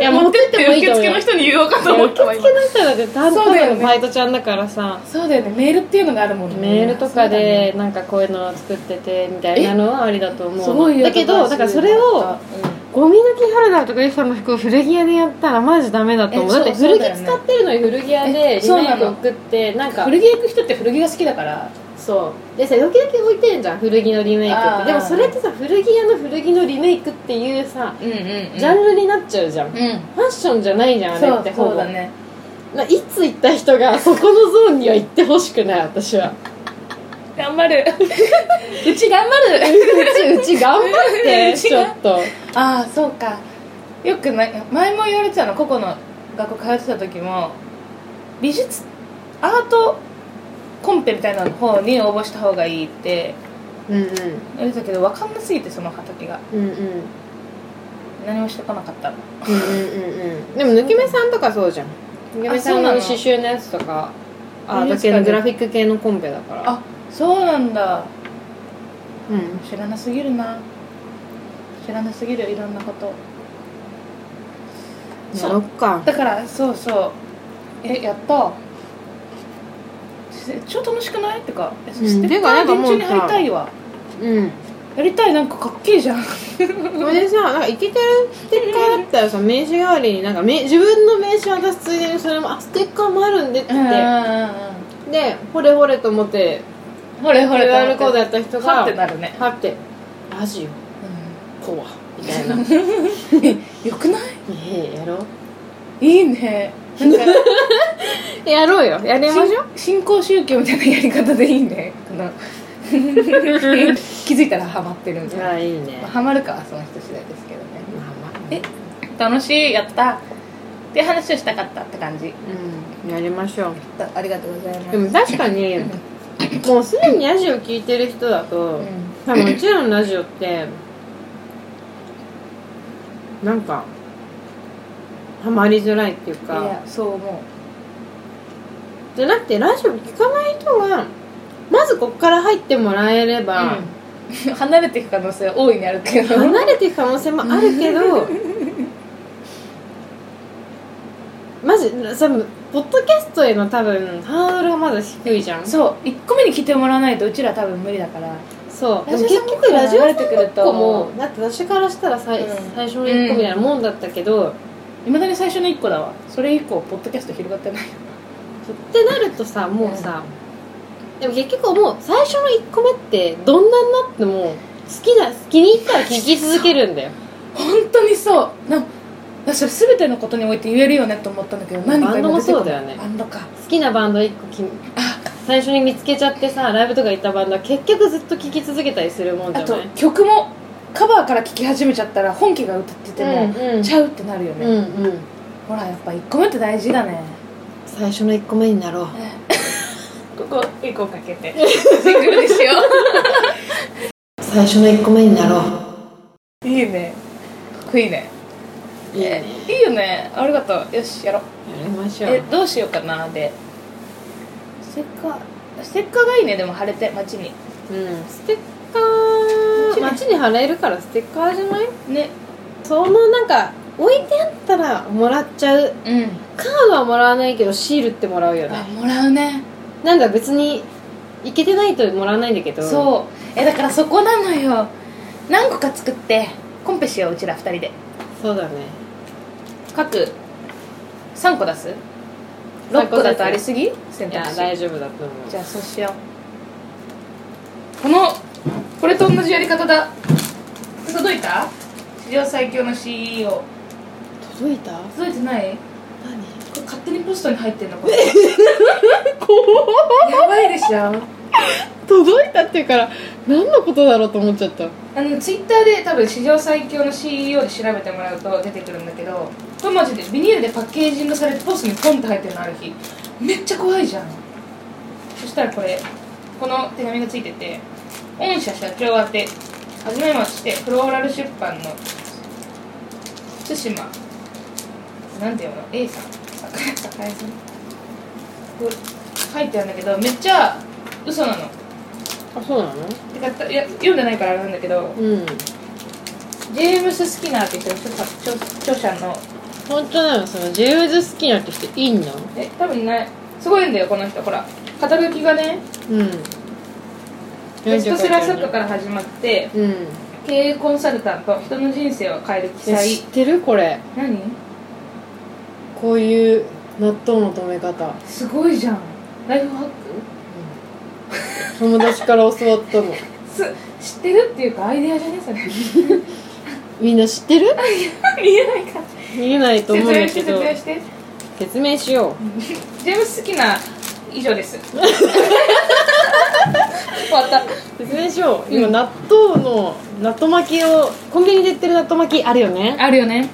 [SPEAKER 2] いや持ってってもいいと
[SPEAKER 1] 受
[SPEAKER 2] 思う
[SPEAKER 1] 付の人
[SPEAKER 2] よ
[SPEAKER 1] に言おうかと
[SPEAKER 2] いや
[SPEAKER 1] 思っ
[SPEAKER 2] 受付
[SPEAKER 1] た
[SPEAKER 2] の
[SPEAKER 1] わ今
[SPEAKER 2] 人だってた
[SPEAKER 1] そうだ
[SPEAKER 2] だ
[SPEAKER 1] よ
[SPEAKER 2] の
[SPEAKER 1] ね
[SPEAKER 2] バイトちゃんだからさ
[SPEAKER 1] そうだよねメールっていうのがあるもんね
[SPEAKER 2] メールとかでなんかこういうのを作っててみたいなのはありだと思うの
[SPEAKER 1] すごいよ
[SPEAKER 2] だけどだからそれをゴミ抜きハルダーとかユキさんの服を古着屋でやったらマジダメだと思う
[SPEAKER 1] え
[SPEAKER 2] だって
[SPEAKER 1] そう
[SPEAKER 2] 古
[SPEAKER 1] そう
[SPEAKER 2] 着
[SPEAKER 1] だよね
[SPEAKER 2] 使ってるのに古着屋で
[SPEAKER 1] え
[SPEAKER 2] リ
[SPEAKER 1] そう
[SPEAKER 2] メ
[SPEAKER 1] な
[SPEAKER 2] イク
[SPEAKER 1] の
[SPEAKER 2] 送ってなんか
[SPEAKER 1] 古着行く人って古着が好きだから
[SPEAKER 2] そうでさ余計だけ置いてんじゃん古着のリメイクっ
[SPEAKER 1] あ
[SPEAKER 2] て
[SPEAKER 1] ー
[SPEAKER 2] でもそれってさ古着屋の古着のリメイクっていうさ
[SPEAKER 1] うんうん
[SPEAKER 2] ジャンルになっちゃうじゃん、フ
[SPEAKER 1] うん
[SPEAKER 2] ァッションじゃないじゃんあれ
[SPEAKER 1] そ
[SPEAKER 2] っ
[SPEAKER 1] う
[SPEAKER 2] て
[SPEAKER 1] そうだね
[SPEAKER 2] ないつ行った人 がそこのゾーンには行ってほしくない私 は
[SPEAKER 1] 頑張る うち頑張る
[SPEAKER 2] うちうち頑張ってちょっと
[SPEAKER 1] ああそうかよくない前も言われてたの個々の学校通ってた時も美術アートコンペみたいなの方に応募した方がいいって
[SPEAKER 2] うんうん
[SPEAKER 1] 言われてたけど分かんなすぎてその畑が
[SPEAKER 2] うんうん
[SPEAKER 1] 何もしてこなかったの
[SPEAKER 2] うんうんうんうんでも抜け目さんとかそうじゃん抜け目さんの
[SPEAKER 1] あそうなの
[SPEAKER 2] 刺繍のやつとかアー
[SPEAKER 1] 何で
[SPEAKER 2] ト
[SPEAKER 1] す
[SPEAKER 2] 系
[SPEAKER 1] かね
[SPEAKER 2] のグラフィック系のコンペだから
[SPEAKER 1] あそうなんだ
[SPEAKER 2] うん
[SPEAKER 1] 知らなすぎるな知らなすぎるいろんなこと
[SPEAKER 2] やろっか
[SPEAKER 1] だからそうそうえやった超楽しくないってかえステ
[SPEAKER 2] て
[SPEAKER 1] ッカ
[SPEAKER 2] かなん
[SPEAKER 1] ー
[SPEAKER 2] か
[SPEAKER 1] 電
[SPEAKER 2] もう
[SPEAKER 1] 柱に貼りたいわ
[SPEAKER 2] うん
[SPEAKER 1] やりたいなんかかっけえじゃん
[SPEAKER 2] それでさなんかイケてるステッカーだったらさ名刺代わりになんかめ自分の名刺渡すついでにそれもあステッカーもあるんでって言って
[SPEAKER 1] う
[SPEAKER 2] でほれほれと思って
[SPEAKER 1] んほれほれ
[SPEAKER 2] QR コードやった人が
[SPEAKER 1] はってなるね、
[SPEAKER 2] はってラジオ怖みた いな
[SPEAKER 1] よくない
[SPEAKER 2] ええやろ
[SPEAKER 1] いい ねなんか
[SPEAKER 2] うやろうよやりましょう
[SPEAKER 1] し新興宗教みたいなやり方でいいねこの 気づいたらハマってるみたいな、
[SPEAKER 2] ああいいね
[SPEAKER 1] ハマるかはその人次第ですけどね
[SPEAKER 2] まあまあ
[SPEAKER 1] え楽しいやったって話をしたかったって感じ
[SPEAKER 2] うんやりましょう
[SPEAKER 1] だありがとうございます
[SPEAKER 2] でも確かにもうすでにラジオ聞いてる人だと、
[SPEAKER 1] うん
[SPEAKER 2] 多分うちらのラジオってなんかハマりづらいっていう
[SPEAKER 1] い
[SPEAKER 2] か
[SPEAKER 1] やそう思
[SPEAKER 2] じゃなくてラジオ聞かない人がまずこっから入ってもらえれ
[SPEAKER 1] う、
[SPEAKER 2] ば、
[SPEAKER 1] うん 離れていく可能性は大いにあるけど
[SPEAKER 2] 離れていく可能性もあるけどまずそのポッドキャストへの多分ハードルがまだ低いじゃ ん
[SPEAKER 1] そう1個目に聞いてもらわないとうちら多分無理だから
[SPEAKER 2] そうで
[SPEAKER 1] ラ
[SPEAKER 2] も
[SPEAKER 1] ジオ
[SPEAKER 2] 結
[SPEAKER 1] さん
[SPEAKER 2] 局ラジオさん
[SPEAKER 1] ごっこが慣れてくると
[SPEAKER 2] ごっこもだって私からしたらさい
[SPEAKER 1] うん
[SPEAKER 2] 最初の一個みたいなもんだったけど、
[SPEAKER 1] いまだに最初の1個だわそれ以降ポッドキャスト広がってない
[SPEAKER 2] ってなるとさもうさ、でも結局もう最初の一個目ってどんなになっても好きな気に入ったら聞き続けるんだよ
[SPEAKER 1] 本当にそうな私それ全てのことにおいて言えるよねと思ったんだけど何か
[SPEAKER 2] バン
[SPEAKER 1] 今
[SPEAKER 2] ドも
[SPEAKER 1] 出て
[SPEAKER 2] そ
[SPEAKER 1] こ
[SPEAKER 2] うだ
[SPEAKER 1] ない
[SPEAKER 2] よね
[SPEAKER 1] バンドか
[SPEAKER 2] 好きなバンド一個き最初に見つけちゃってさライブとか行ったバンドは結局ずっと聴き続けたりするもん
[SPEAKER 1] あ
[SPEAKER 2] じゃな
[SPEAKER 1] と
[SPEAKER 2] い
[SPEAKER 1] 曲もカバーから聴き始めちゃったら本家が歌ってても、
[SPEAKER 2] うんうん
[SPEAKER 1] ちゃうってなるよ
[SPEAKER 2] う
[SPEAKER 1] ね、
[SPEAKER 2] んうん
[SPEAKER 1] ほらやっぱ1個目って大事だね
[SPEAKER 2] 最初の一個目になろう
[SPEAKER 1] ここ1個かけ てジングルにしよ
[SPEAKER 2] 最初の一個目になろ
[SPEAKER 1] ういいねかっこいいね
[SPEAKER 2] ういいね
[SPEAKER 1] いいよねありがとうよしやろう
[SPEAKER 2] やりましょ
[SPEAKER 1] え
[SPEAKER 2] う
[SPEAKER 1] どうしようかなでステッカーステッカーがいいねでも晴れて街に
[SPEAKER 2] うんステッカー街に貼れるからステッカーじゃない
[SPEAKER 1] ね
[SPEAKER 2] そのなんか置いてあったらもらっちゃう
[SPEAKER 1] うん
[SPEAKER 2] カードはもらわないけどシールってもらうよ
[SPEAKER 1] あ
[SPEAKER 2] ね
[SPEAKER 1] もらうね
[SPEAKER 2] なんだ別にいけてないともらわないんだけど
[SPEAKER 1] そうえだからそこなのよ何個か作ってコンペしよううちら二人で
[SPEAKER 2] そうだね
[SPEAKER 1] 各3個出す
[SPEAKER 2] 三
[SPEAKER 1] 6
[SPEAKER 2] 個
[SPEAKER 1] 個
[SPEAKER 2] 出す
[SPEAKER 1] だとありすぎ選
[SPEAKER 2] い
[SPEAKER 1] 択
[SPEAKER 2] や
[SPEAKER 1] 肢
[SPEAKER 2] 大丈夫だと思う
[SPEAKER 1] じゃあそうしようこのこれと同じやり方だ届いた史上最強の CEO
[SPEAKER 2] 届いた
[SPEAKER 1] 届いてない
[SPEAKER 2] 何
[SPEAKER 1] これ勝手にポストに入ってんの これやばいでしょ
[SPEAKER 2] 届いたっていうから何のことだろうと思っちゃった
[SPEAKER 1] あのツイッターで多分史上最強の CEO で調べてもらうと出てくるんだけどこれマジでビニールでパッケージングされてポストにポンって入ってるのある日めっちゃ怖いじゃんそしたらこれこの手紙がついてて御社社長宛てはじめましてフローラル出版の対馬なんていうの A さん栄さんこれ書いてあるんだけどめっちゃ嘘なの
[SPEAKER 2] あそうなの
[SPEAKER 1] てかいや読んでないからあれなんだけど
[SPEAKER 2] うん
[SPEAKER 1] ジェームス・スキナーって人著著著者の
[SPEAKER 2] 本当なのそのジェームズ好きなって人いんの
[SPEAKER 1] え多分いないすごいんだよこの人ほら肩書きがね
[SPEAKER 2] うん
[SPEAKER 1] ベストセラー作家から始まって
[SPEAKER 2] うん
[SPEAKER 1] 経営コンサルタント人の人生を変える記
[SPEAKER 2] え
[SPEAKER 1] 載
[SPEAKER 2] 知ってるこれ
[SPEAKER 1] 何
[SPEAKER 2] こういう納豆の止め方
[SPEAKER 1] すごいじゃんライフハック
[SPEAKER 2] 友達から教わったの
[SPEAKER 1] す知ってるっていうかアイデアじゃねそ れ
[SPEAKER 2] みんな知ってる
[SPEAKER 1] 見えないか
[SPEAKER 2] 見えないと
[SPEAKER 1] 説
[SPEAKER 2] 思うん
[SPEAKER 1] 明し
[SPEAKER 2] だ
[SPEAKER 1] て
[SPEAKER 2] け
[SPEAKER 1] 説
[SPEAKER 2] ど
[SPEAKER 1] 明して
[SPEAKER 2] 説明しよ
[SPEAKER 1] ジェームス・スキナー以上です 終わった
[SPEAKER 2] う説明しよう今納豆の納豆巻きをコンビニで売ってる納豆巻きあるよね
[SPEAKER 1] あるよね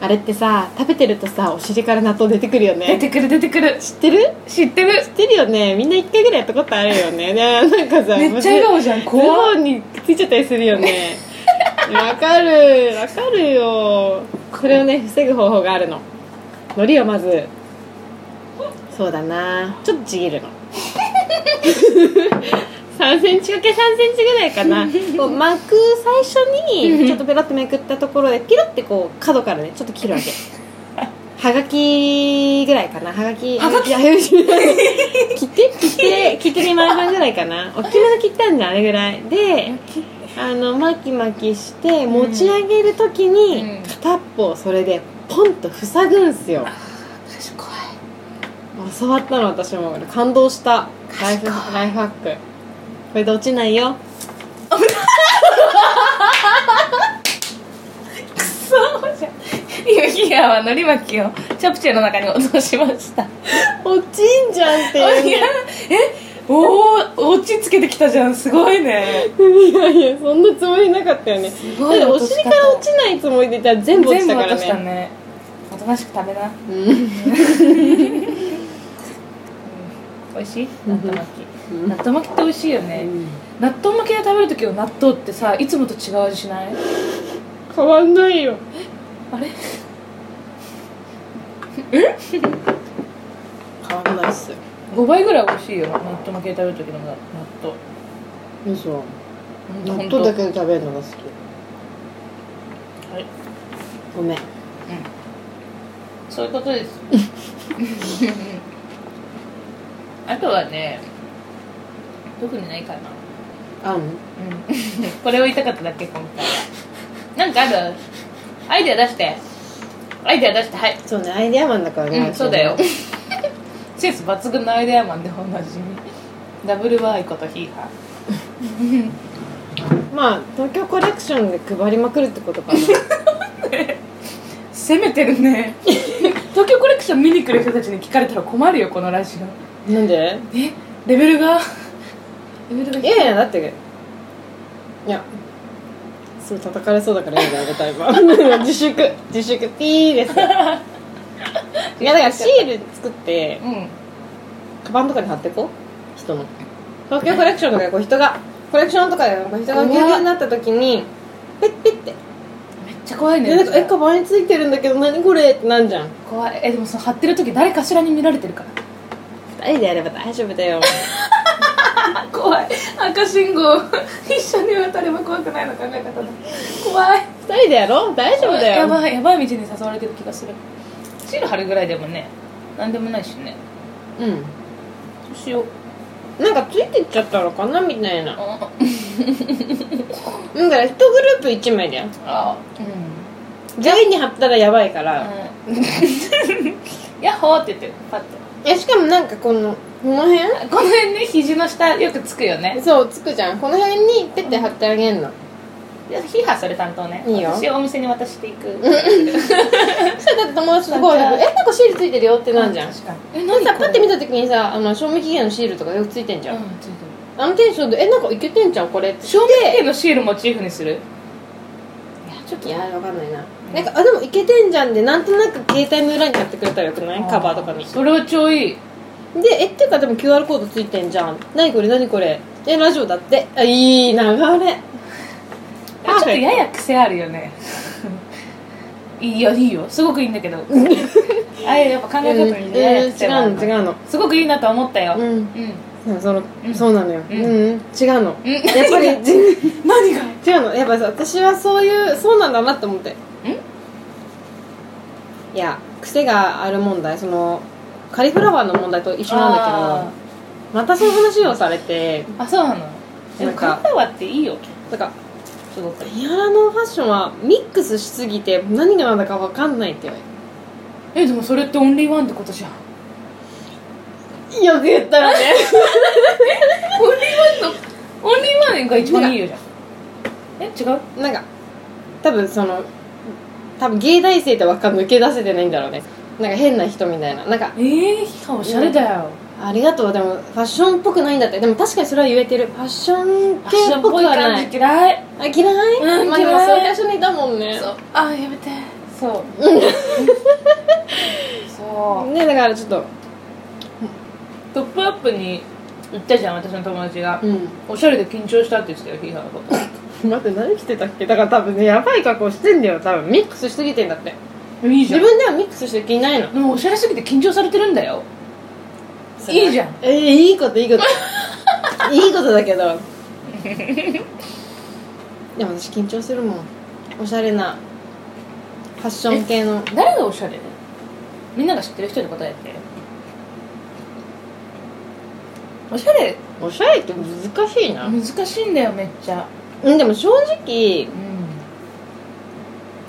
[SPEAKER 2] あれってさ食べてるとさお尻から納豆出てくるよ
[SPEAKER 1] 出
[SPEAKER 2] ね
[SPEAKER 1] てくる出てくる
[SPEAKER 2] 知ってる
[SPEAKER 1] 知ってる
[SPEAKER 2] 知ってるよねみんな一回ぐらいやったことあるよねねなんかさ
[SPEAKER 1] めっちゃ笑顔じゃん
[SPEAKER 2] ズボ
[SPEAKER 1] 怖い
[SPEAKER 2] ンにくっついちゃったりする よねわかるわかるよそれをね防ぐ方法があるの海苔をまずそうだなちょっとち ぎるの3センチかけ3センチぐらいか なこう巻く最初にちょっとペロってめくったところでピロってこう角からねちょっと切るわけはがきぐらいかなはがきはがき切って切って切って2枚分ぐらいかな大きめの切ったんだあれぐらいであの巻き巻きして持ち上げる時
[SPEAKER 1] うん
[SPEAKER 2] に片っぽをそれでポンと塞ぐんすよ
[SPEAKER 1] 賢い
[SPEAKER 2] 教わったの私も感動したライフライフハックこれで落ちないよ
[SPEAKER 1] そうじゃん。ゆきやはのり巻きをチャプチェの中に落としました。
[SPEAKER 2] 落ちんじゃんっていう、
[SPEAKER 1] いや
[SPEAKER 2] ね、
[SPEAKER 1] え、おお、落ちつけてきたじゃん。すごいね。
[SPEAKER 2] いやいやそんなつもりなかったよね
[SPEAKER 1] す
[SPEAKER 2] だってお尻から落ちないつもりでいたら全部落ちたからね
[SPEAKER 1] ね。おとなしく食べな。
[SPEAKER 2] うん
[SPEAKER 1] 美味しい
[SPEAKER 2] う
[SPEAKER 1] 納
[SPEAKER 2] ん
[SPEAKER 1] 豆巻
[SPEAKER 2] う
[SPEAKER 1] き。
[SPEAKER 2] ん
[SPEAKER 1] 納豆巻きって美味しいよね。納豆巻きで食べるときの納豆ってさ、いつもと違う味しない
[SPEAKER 2] 変わんないよ
[SPEAKER 1] あれ
[SPEAKER 2] 変わんないっす
[SPEAKER 1] ?5 倍ぐらい美味しいよ。納豆巻きで食べるときの納豆。
[SPEAKER 2] 嘘
[SPEAKER 1] ほんと
[SPEAKER 2] けで食べるのが好き
[SPEAKER 1] あれ
[SPEAKER 2] ごめん
[SPEAKER 1] そういうこと です。あとはね、特にないかな。
[SPEAKER 2] あん
[SPEAKER 1] これを言いたかっただけ、今回は。なんかあるアイデア出して。アイデア出して、はい。
[SPEAKER 2] そうねアイデアマンだからね、
[SPEAKER 1] うん、
[SPEAKER 2] 私
[SPEAKER 1] そうだよ。 センス抜群のアイデアマンでおなじみ。ダブルワーイことヒーハ
[SPEAKER 2] まあ東京コレクションで配りまくるってことかな
[SPEAKER 1] ー。攻めてるね。東京コレクション見に来る人たちに聞かれたら困るよ、このラジオ。
[SPEAKER 2] なんで
[SPEAKER 1] え、レベルが、レベルが低い
[SPEAKER 2] いやいやだっていやそう叩かれそうだからいいんだよねタイプは 自粛自粛ピーですよいやだからシール作って
[SPEAKER 1] うん。
[SPEAKER 2] カバンとかに貼ってこう人の東京コレクションとかでこう人がコレクションとかでこう人がギュギュになった時にペッペッて
[SPEAKER 1] めっちゃ怖い
[SPEAKER 2] で
[SPEAKER 1] ね。
[SPEAKER 2] なんかえカバンについてるんだけど何これってなんじゃん
[SPEAKER 1] 怖いえでもその貼ってる時誰かしらに見られてるから
[SPEAKER 2] 二人でやれば大丈夫だよ
[SPEAKER 1] あ 怖い赤信号一緒に渡れば怖くないの考え方だ怖い
[SPEAKER 2] 二人でやろう大丈夫だよ
[SPEAKER 1] やばいやばい道に誘われてる気がするシール貼るぐらいでもねなんでもないしね
[SPEAKER 2] うん
[SPEAKER 1] どうしよう
[SPEAKER 2] なんかついてっちゃったのかなみたいな
[SPEAKER 1] あ
[SPEAKER 2] だから一グループ一枚だよ
[SPEAKER 1] あうん
[SPEAKER 2] 全員に貼ったらやばいから、
[SPEAKER 1] うんヤッホーって言ってパッと
[SPEAKER 2] いやしかもなんかこのこの辺
[SPEAKER 1] この辺ね肘の下よくつくよね
[SPEAKER 2] そうつくじゃんこの辺にペッて貼ってあげんの
[SPEAKER 1] ヒーハーそれ担当ね
[SPEAKER 2] いいよ
[SPEAKER 1] 私お店に渡していく
[SPEAKER 2] そしたらだって友達とこうやってえなんかシールついてるよ」ってなんじゃん、
[SPEAKER 1] 確かにえ
[SPEAKER 2] でさ
[SPEAKER 1] こ
[SPEAKER 2] パ
[SPEAKER 1] れ
[SPEAKER 2] ッて見た時にさあの賞味期限のシールとかよくついてんじゃん、
[SPEAKER 1] うんついてる
[SPEAKER 2] あのテンションで「えなんかいけてんじゃんこれ」って
[SPEAKER 1] 賞味期限のシールモチーフにするいやちょっ
[SPEAKER 2] いやわかんないななんかあでもいけてんじゃんでなんとなく携帯の裏にやってくれたらよくないカバーとかに
[SPEAKER 1] それは超いい
[SPEAKER 2] でえっていうかでも QR コードついてんじゃん何これ何これえラジオだってあいい 流れ
[SPEAKER 1] ちょっとやや癖あるよねいいよいいよすごくいいんだけどあいややっぱ考え方にね、や
[SPEAKER 2] うん
[SPEAKER 1] や
[SPEAKER 2] うん
[SPEAKER 1] 癖
[SPEAKER 2] 違
[SPEAKER 1] はあ
[SPEAKER 2] う
[SPEAKER 1] る
[SPEAKER 2] の違うの
[SPEAKER 1] すごくいいなとは思ったよ
[SPEAKER 2] うんうんその、
[SPEAKER 1] うん
[SPEAKER 2] そうなのよ、
[SPEAKER 1] う
[SPEAKER 2] うんんうん、違うの、
[SPEAKER 1] うん
[SPEAKER 2] やっぱり全然
[SPEAKER 1] 何が
[SPEAKER 2] 違うのやっぱさ私はそういうそうなんだなって思っていや癖がある問題そのカリフラワーの問題と一緒なんだけどまたその話をされ
[SPEAKER 1] け
[SPEAKER 2] て
[SPEAKER 1] どあそうなのでも
[SPEAKER 2] なんか
[SPEAKER 1] カタワっていいよ
[SPEAKER 2] なんか
[SPEAKER 1] すごく
[SPEAKER 2] ピアラのファッションはミックスしすぎて何がなんだか分かんないって言われ
[SPEAKER 1] えでもそれってオンリーワンってことじゃん
[SPEAKER 2] てよく言ったらね
[SPEAKER 1] オンリーワンのオンリーワンが一番いいよじゃんえ違う
[SPEAKER 2] なんか多分その多分芸大生とはか抜け出せてないんだろうねなんか変な人みたいななんか
[SPEAKER 1] ええー、おしゃれだよ、
[SPEAKER 2] ありがとうでもファッションっぽくないんだってでも確かにそれは言えてるファッション
[SPEAKER 1] ファッシ
[SPEAKER 2] 系
[SPEAKER 1] ョン
[SPEAKER 2] っ
[SPEAKER 1] っ
[SPEAKER 2] ぽく
[SPEAKER 1] ぽい
[SPEAKER 2] はな
[SPEAKER 1] 感
[SPEAKER 2] い
[SPEAKER 1] じ嫌い
[SPEAKER 2] あ嫌い、
[SPEAKER 1] うん
[SPEAKER 2] まあでも
[SPEAKER 1] 嫌い
[SPEAKER 2] そういう人にいたもんね
[SPEAKER 1] そうあやめてそう そう
[SPEAKER 2] ねだからちょっと
[SPEAKER 1] トップアップに行ったじゃん私の友達が、
[SPEAKER 2] うん
[SPEAKER 1] おしゃれで緊張したって言ってたよヒーハーのこと
[SPEAKER 2] 待って何着てたっけだから多分ねやばい格好してんだよ多分ミックスしすぎてんだって
[SPEAKER 1] いい
[SPEAKER 2] 自分ではミックスしてる気ないの
[SPEAKER 1] でもおしゃれすぎて緊張されてるんだよいいじゃん
[SPEAKER 2] えー、いいこといいこと いいことだけ どでも私緊張するもんおしゃれなファッション系の
[SPEAKER 1] 誰がおしゃれみんなが知ってる人で答えておしゃれ
[SPEAKER 2] おしゃれって難しいな、
[SPEAKER 1] 難しいんだよめっちゃ
[SPEAKER 2] うん、でも正直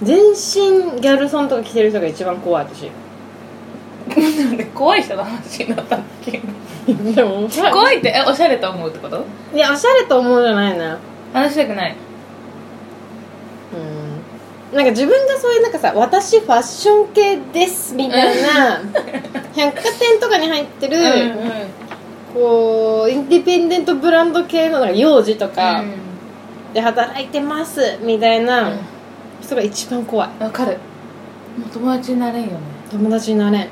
[SPEAKER 1] うん
[SPEAKER 2] 全身ギャルソンとか着てる人が一番怖い 私
[SPEAKER 1] なんで怖い人の話になったっけ
[SPEAKER 2] でもおしゃれ
[SPEAKER 1] 怖いってえおしゃれと思うってこと
[SPEAKER 2] いやおしゃれと思うじゃないな
[SPEAKER 1] 話したくない
[SPEAKER 2] うんなんか自分がそういうなんかさ私ファッション系ですみたいな百貨店とかに入ってる、
[SPEAKER 1] うんうん
[SPEAKER 2] こうインディペンデントブランド系のなんか幼児とか
[SPEAKER 1] うん
[SPEAKER 2] で働いてますみたいな
[SPEAKER 1] うん
[SPEAKER 2] 人が一番怖い
[SPEAKER 1] わかるもう友達になれんよね
[SPEAKER 2] 友達になれん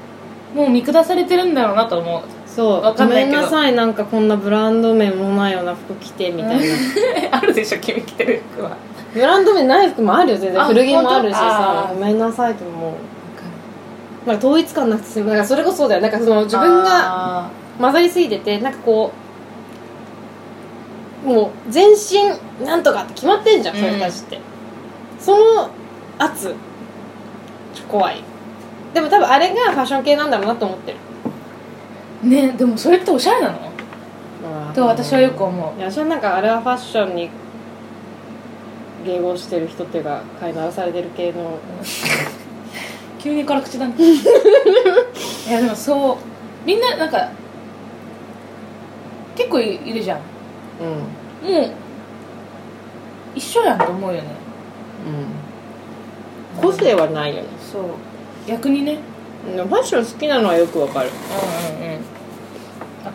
[SPEAKER 1] もう見下されてるんだろうなと思う
[SPEAKER 2] そう
[SPEAKER 1] わか
[SPEAKER 2] ご
[SPEAKER 1] んない
[SPEAKER 2] め
[SPEAKER 1] け
[SPEAKER 2] ん
[SPEAKER 1] ど
[SPEAKER 2] なさいなんかこんなブランド名もないような服着てみたいな、
[SPEAKER 1] え あるでしょ君着てる服はわ
[SPEAKER 2] ブランド名ない服もあるよ全然
[SPEAKER 1] あ
[SPEAKER 2] 古着もあるし
[SPEAKER 1] 本当
[SPEAKER 2] さ
[SPEAKER 1] あー
[SPEAKER 2] ごめんなさいと思う
[SPEAKER 1] か
[SPEAKER 2] なんか統一感なくてなんかそれこそそうだよなんかその自分が
[SPEAKER 1] が
[SPEAKER 2] 混ざりすぎててなんかこうもう全身なんとかって決まってんじゃん、
[SPEAKER 1] うん
[SPEAKER 2] それに対してその圧怖いでも多分あれがファッション系なんだろうなと思ってる
[SPEAKER 1] ねでもそれっておしゃれなのと私はよく思
[SPEAKER 2] いや私はなんかあれはファッションに迎合してる人っていうか飼いならされてる系の
[SPEAKER 1] う急に辛口 だねいやでもそうみんななんか結構いいるじゃん
[SPEAKER 2] うんうん
[SPEAKER 1] もう一緒やんと思うよね
[SPEAKER 2] 個性はないよね
[SPEAKER 1] そう逆にね
[SPEAKER 2] でもファッション好きなのはよくわかる
[SPEAKER 1] うんうん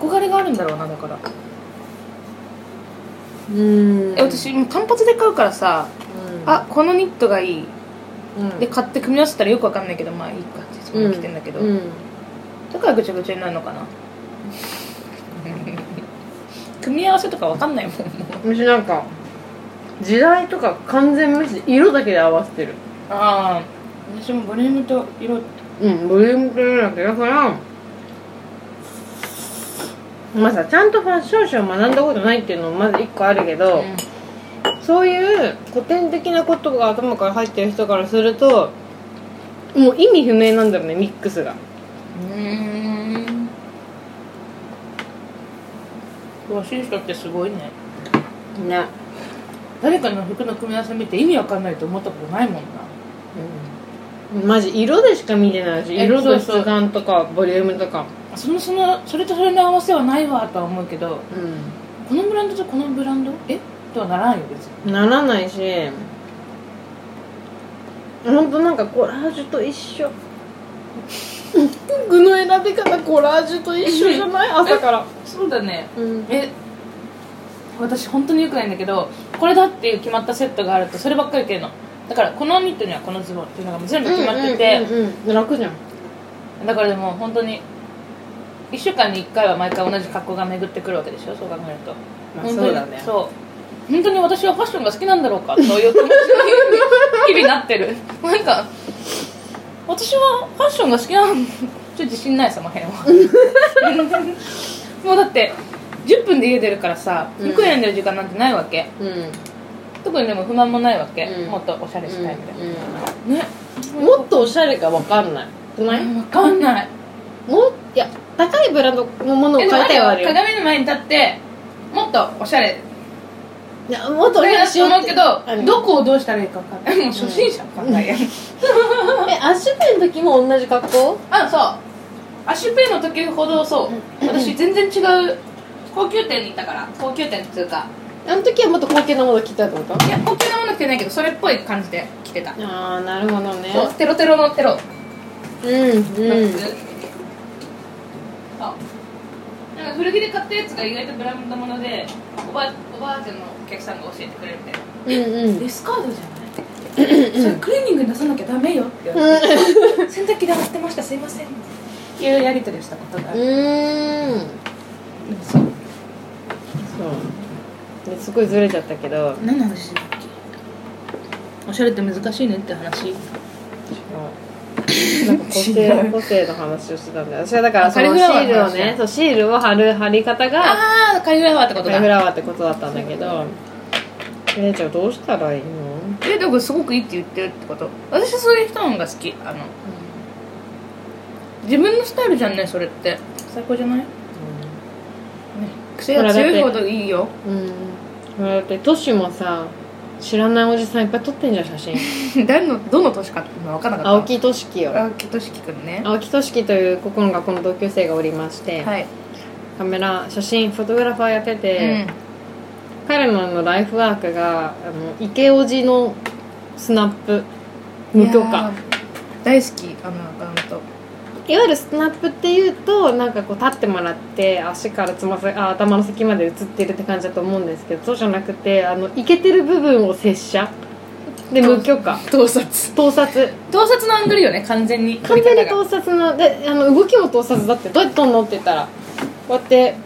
[SPEAKER 1] うん憧れがあるんだろうなだから
[SPEAKER 2] うん
[SPEAKER 1] え私もう単発で買うからさあこのニットがいい
[SPEAKER 2] うん
[SPEAKER 1] で買って組み合わせたらよくわかんないけどまあいいかっていつも着てんだけど、
[SPEAKER 2] うん
[SPEAKER 1] だからぐちゃぐちゃになるのかな組み合わせとかわかんないもんもう
[SPEAKER 2] 私なんか時代とか完全無視色だけで合わせてる
[SPEAKER 1] ああ私もボリュームと色
[SPEAKER 2] うんボリュームというだけだからまあさちゃんとファッション誌を学んだことないっていうのもまず一個あるけど、そういう古典的なことが頭から入ってる人からするともう意味不明なんだよねミックスが
[SPEAKER 1] うん詳しい人ってすごいね
[SPEAKER 2] ね
[SPEAKER 1] 誰かの服の組み合わせ見て意味わかんないと思ったことないもんな
[SPEAKER 2] マジ色でしか見てないし
[SPEAKER 1] え
[SPEAKER 2] 色と
[SPEAKER 1] そうそう
[SPEAKER 2] 質感とかボリュームとか
[SPEAKER 1] そのそのそれとそれの合わせはないわとは思うけどこのブランドとこのブランドえとはならんよ別に
[SPEAKER 2] ならないしほんとなんかコラージュと一緒服の選び方コラージュと一緒じゃない朝から
[SPEAKER 1] そうだね
[SPEAKER 2] うん
[SPEAKER 1] え私本当によくないんだけどこれだっていう決まったセットがあるとそればっかり着るのだからこのニットにはこのズボンっていうのがもう全部決まってて、
[SPEAKER 2] うんうんうんうん楽じゃん
[SPEAKER 1] だからでも本当に1週間に1回は毎回同じ格好が巡ってくるわけでしょそう考えると、
[SPEAKER 2] まあ
[SPEAKER 1] 本当に
[SPEAKER 2] そうだね
[SPEAKER 1] そう本当に私はファッションが好きなんだろうかという気持ちに日々なってる なんか私はファッションが好きなんちょっと自信ないその辺は もうだって10分で家出るからさ
[SPEAKER 2] うん
[SPEAKER 1] 服選んでる時間なんてないわけ、
[SPEAKER 2] うん
[SPEAKER 1] 特にでも不満もないわけ、
[SPEAKER 2] うん
[SPEAKER 1] もっとおしゃれしたいみたいな、ね
[SPEAKER 2] うんもっとおしゃれかわかんないごめん
[SPEAKER 1] 分かんない
[SPEAKER 2] もういや高いブランドのものを
[SPEAKER 1] え
[SPEAKER 2] 買い
[SPEAKER 1] でもあ
[SPEAKER 2] た
[SPEAKER 1] れよ
[SPEAKER 2] いはあるよ
[SPEAKER 1] 鏡の前に立ってもっとおしゃれ
[SPEAKER 2] いやもっと
[SPEAKER 1] そ
[SPEAKER 2] おし
[SPEAKER 1] れ
[SPEAKER 2] ゃれ
[SPEAKER 1] だ
[SPEAKER 2] し
[SPEAKER 1] と
[SPEAKER 2] よう
[SPEAKER 1] 思う
[SPEAKER 2] って
[SPEAKER 1] けど
[SPEAKER 2] あの
[SPEAKER 1] どこをどうしたらいいか分かんないもう初心者分かんないや、
[SPEAKER 2] えアッシュペンの時も同じ格好
[SPEAKER 1] あそうアッシュペイの時ほどそう私全然違う高級店にいたから高級店っていうか
[SPEAKER 2] あの時はもっと高級なもの着てたってこと
[SPEAKER 1] いや高級なもの着てないけどそれっぽい感じで着てた、
[SPEAKER 2] ああなるほどね
[SPEAKER 1] そうテロテロのテロ
[SPEAKER 2] うんうん
[SPEAKER 1] あなんか古着で買ったやつが意外とブランドものでおばおばあちゃんのお客さんが教えてくれるみたいな
[SPEAKER 2] うんうん
[SPEAKER 1] レスカードじゃ ないそれクリーニングに出さなきゃダメよって言われて 洗濯機で洗ってましたすいませんっていうやり取りをしたことがあ
[SPEAKER 2] う
[SPEAKER 1] る、
[SPEAKER 2] ーん
[SPEAKER 1] そう
[SPEAKER 2] そうですごいずれちゃったけど
[SPEAKER 1] 何の話してたっけおしゃれって難しいねって話
[SPEAKER 2] なんか個性個性の話をしてたんだよ私はだからそ
[SPEAKER 1] カ
[SPEAKER 2] の
[SPEAKER 1] リフ
[SPEAKER 2] シ
[SPEAKER 1] ラワー
[SPEAKER 2] ー
[SPEAKER 1] の話
[SPEAKER 2] ルをねそうシールを貼る貼り方が
[SPEAKER 1] ああカリフラワーってこと
[SPEAKER 2] カリ
[SPEAKER 1] だ
[SPEAKER 2] フラワーってことだったんだけど姉ちゃんどうしたらいいの
[SPEAKER 1] えでもすごくいいって言ってるってこと私はそういう人の方が好きあの自分のスタイルじゃんねそれって最高じゃない、ね、癖が強いほどいいよ
[SPEAKER 2] うん、うん、だってトシもさ知らないおじさんいっぱい撮ってんじゃん写 真
[SPEAKER 1] 誰のどの年かっていうのは分からなかった
[SPEAKER 2] 青木俊樹よ
[SPEAKER 1] 青木俊樹くんね
[SPEAKER 2] 青木俊樹というここの学校の同級生がおりまして、
[SPEAKER 1] はい、
[SPEAKER 2] カメラ写真フォトグラファーやってて、彼のあのライフワークがあの池叔父のスナップ無許
[SPEAKER 1] いや
[SPEAKER 2] 可
[SPEAKER 1] ー大好きあのアカウント
[SPEAKER 2] いわゆるスナップっていうとなんかこう立ってもらって足からつま先あ頭の先まで写ってるって感じだと思うんですけどそうじゃなくてあのイケてる部分を拙者で無許可
[SPEAKER 1] 盗撮
[SPEAKER 2] 盗撮
[SPEAKER 1] 盗撮のアングルよね完全に
[SPEAKER 2] 完全に
[SPEAKER 1] 撮り
[SPEAKER 2] 盗撮のであの動きも盗撮だってどうやって撮んのって言ったらこうやって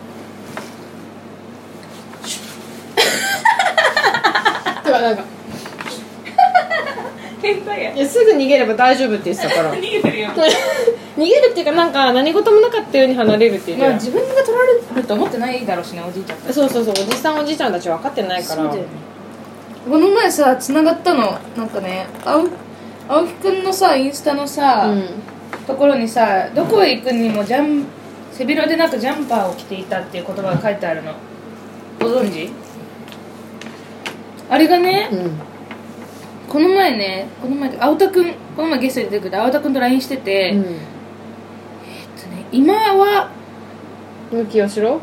[SPEAKER 2] シュッとかなん
[SPEAKER 1] 方
[SPEAKER 2] か
[SPEAKER 1] が天才や
[SPEAKER 2] いやすぐ逃げれば大丈夫って言ってたから
[SPEAKER 1] 逃げてるよ
[SPEAKER 2] 逃げるっていうかなんか何事もなかったように離れるっていう、
[SPEAKER 1] まあ自分が撮られてると思ってないだろうしねおじいちゃんたち
[SPEAKER 2] そうそうそうおじさんおじいちゃんたち分かってないから
[SPEAKER 1] そうだよねこの前さ繋がったのなんかね青青木くんのさインスタのさ、ところにさどこへ行くにもジャン背広でなくジャンパーを着ていたっていう言葉が書いてあるのご存知あれがね、
[SPEAKER 2] うん、うん、
[SPEAKER 1] この前ねこの前青田君この前ゲストに出てくれた青田君と LINE してて、えっとね、今は
[SPEAKER 2] うん、向きをしろ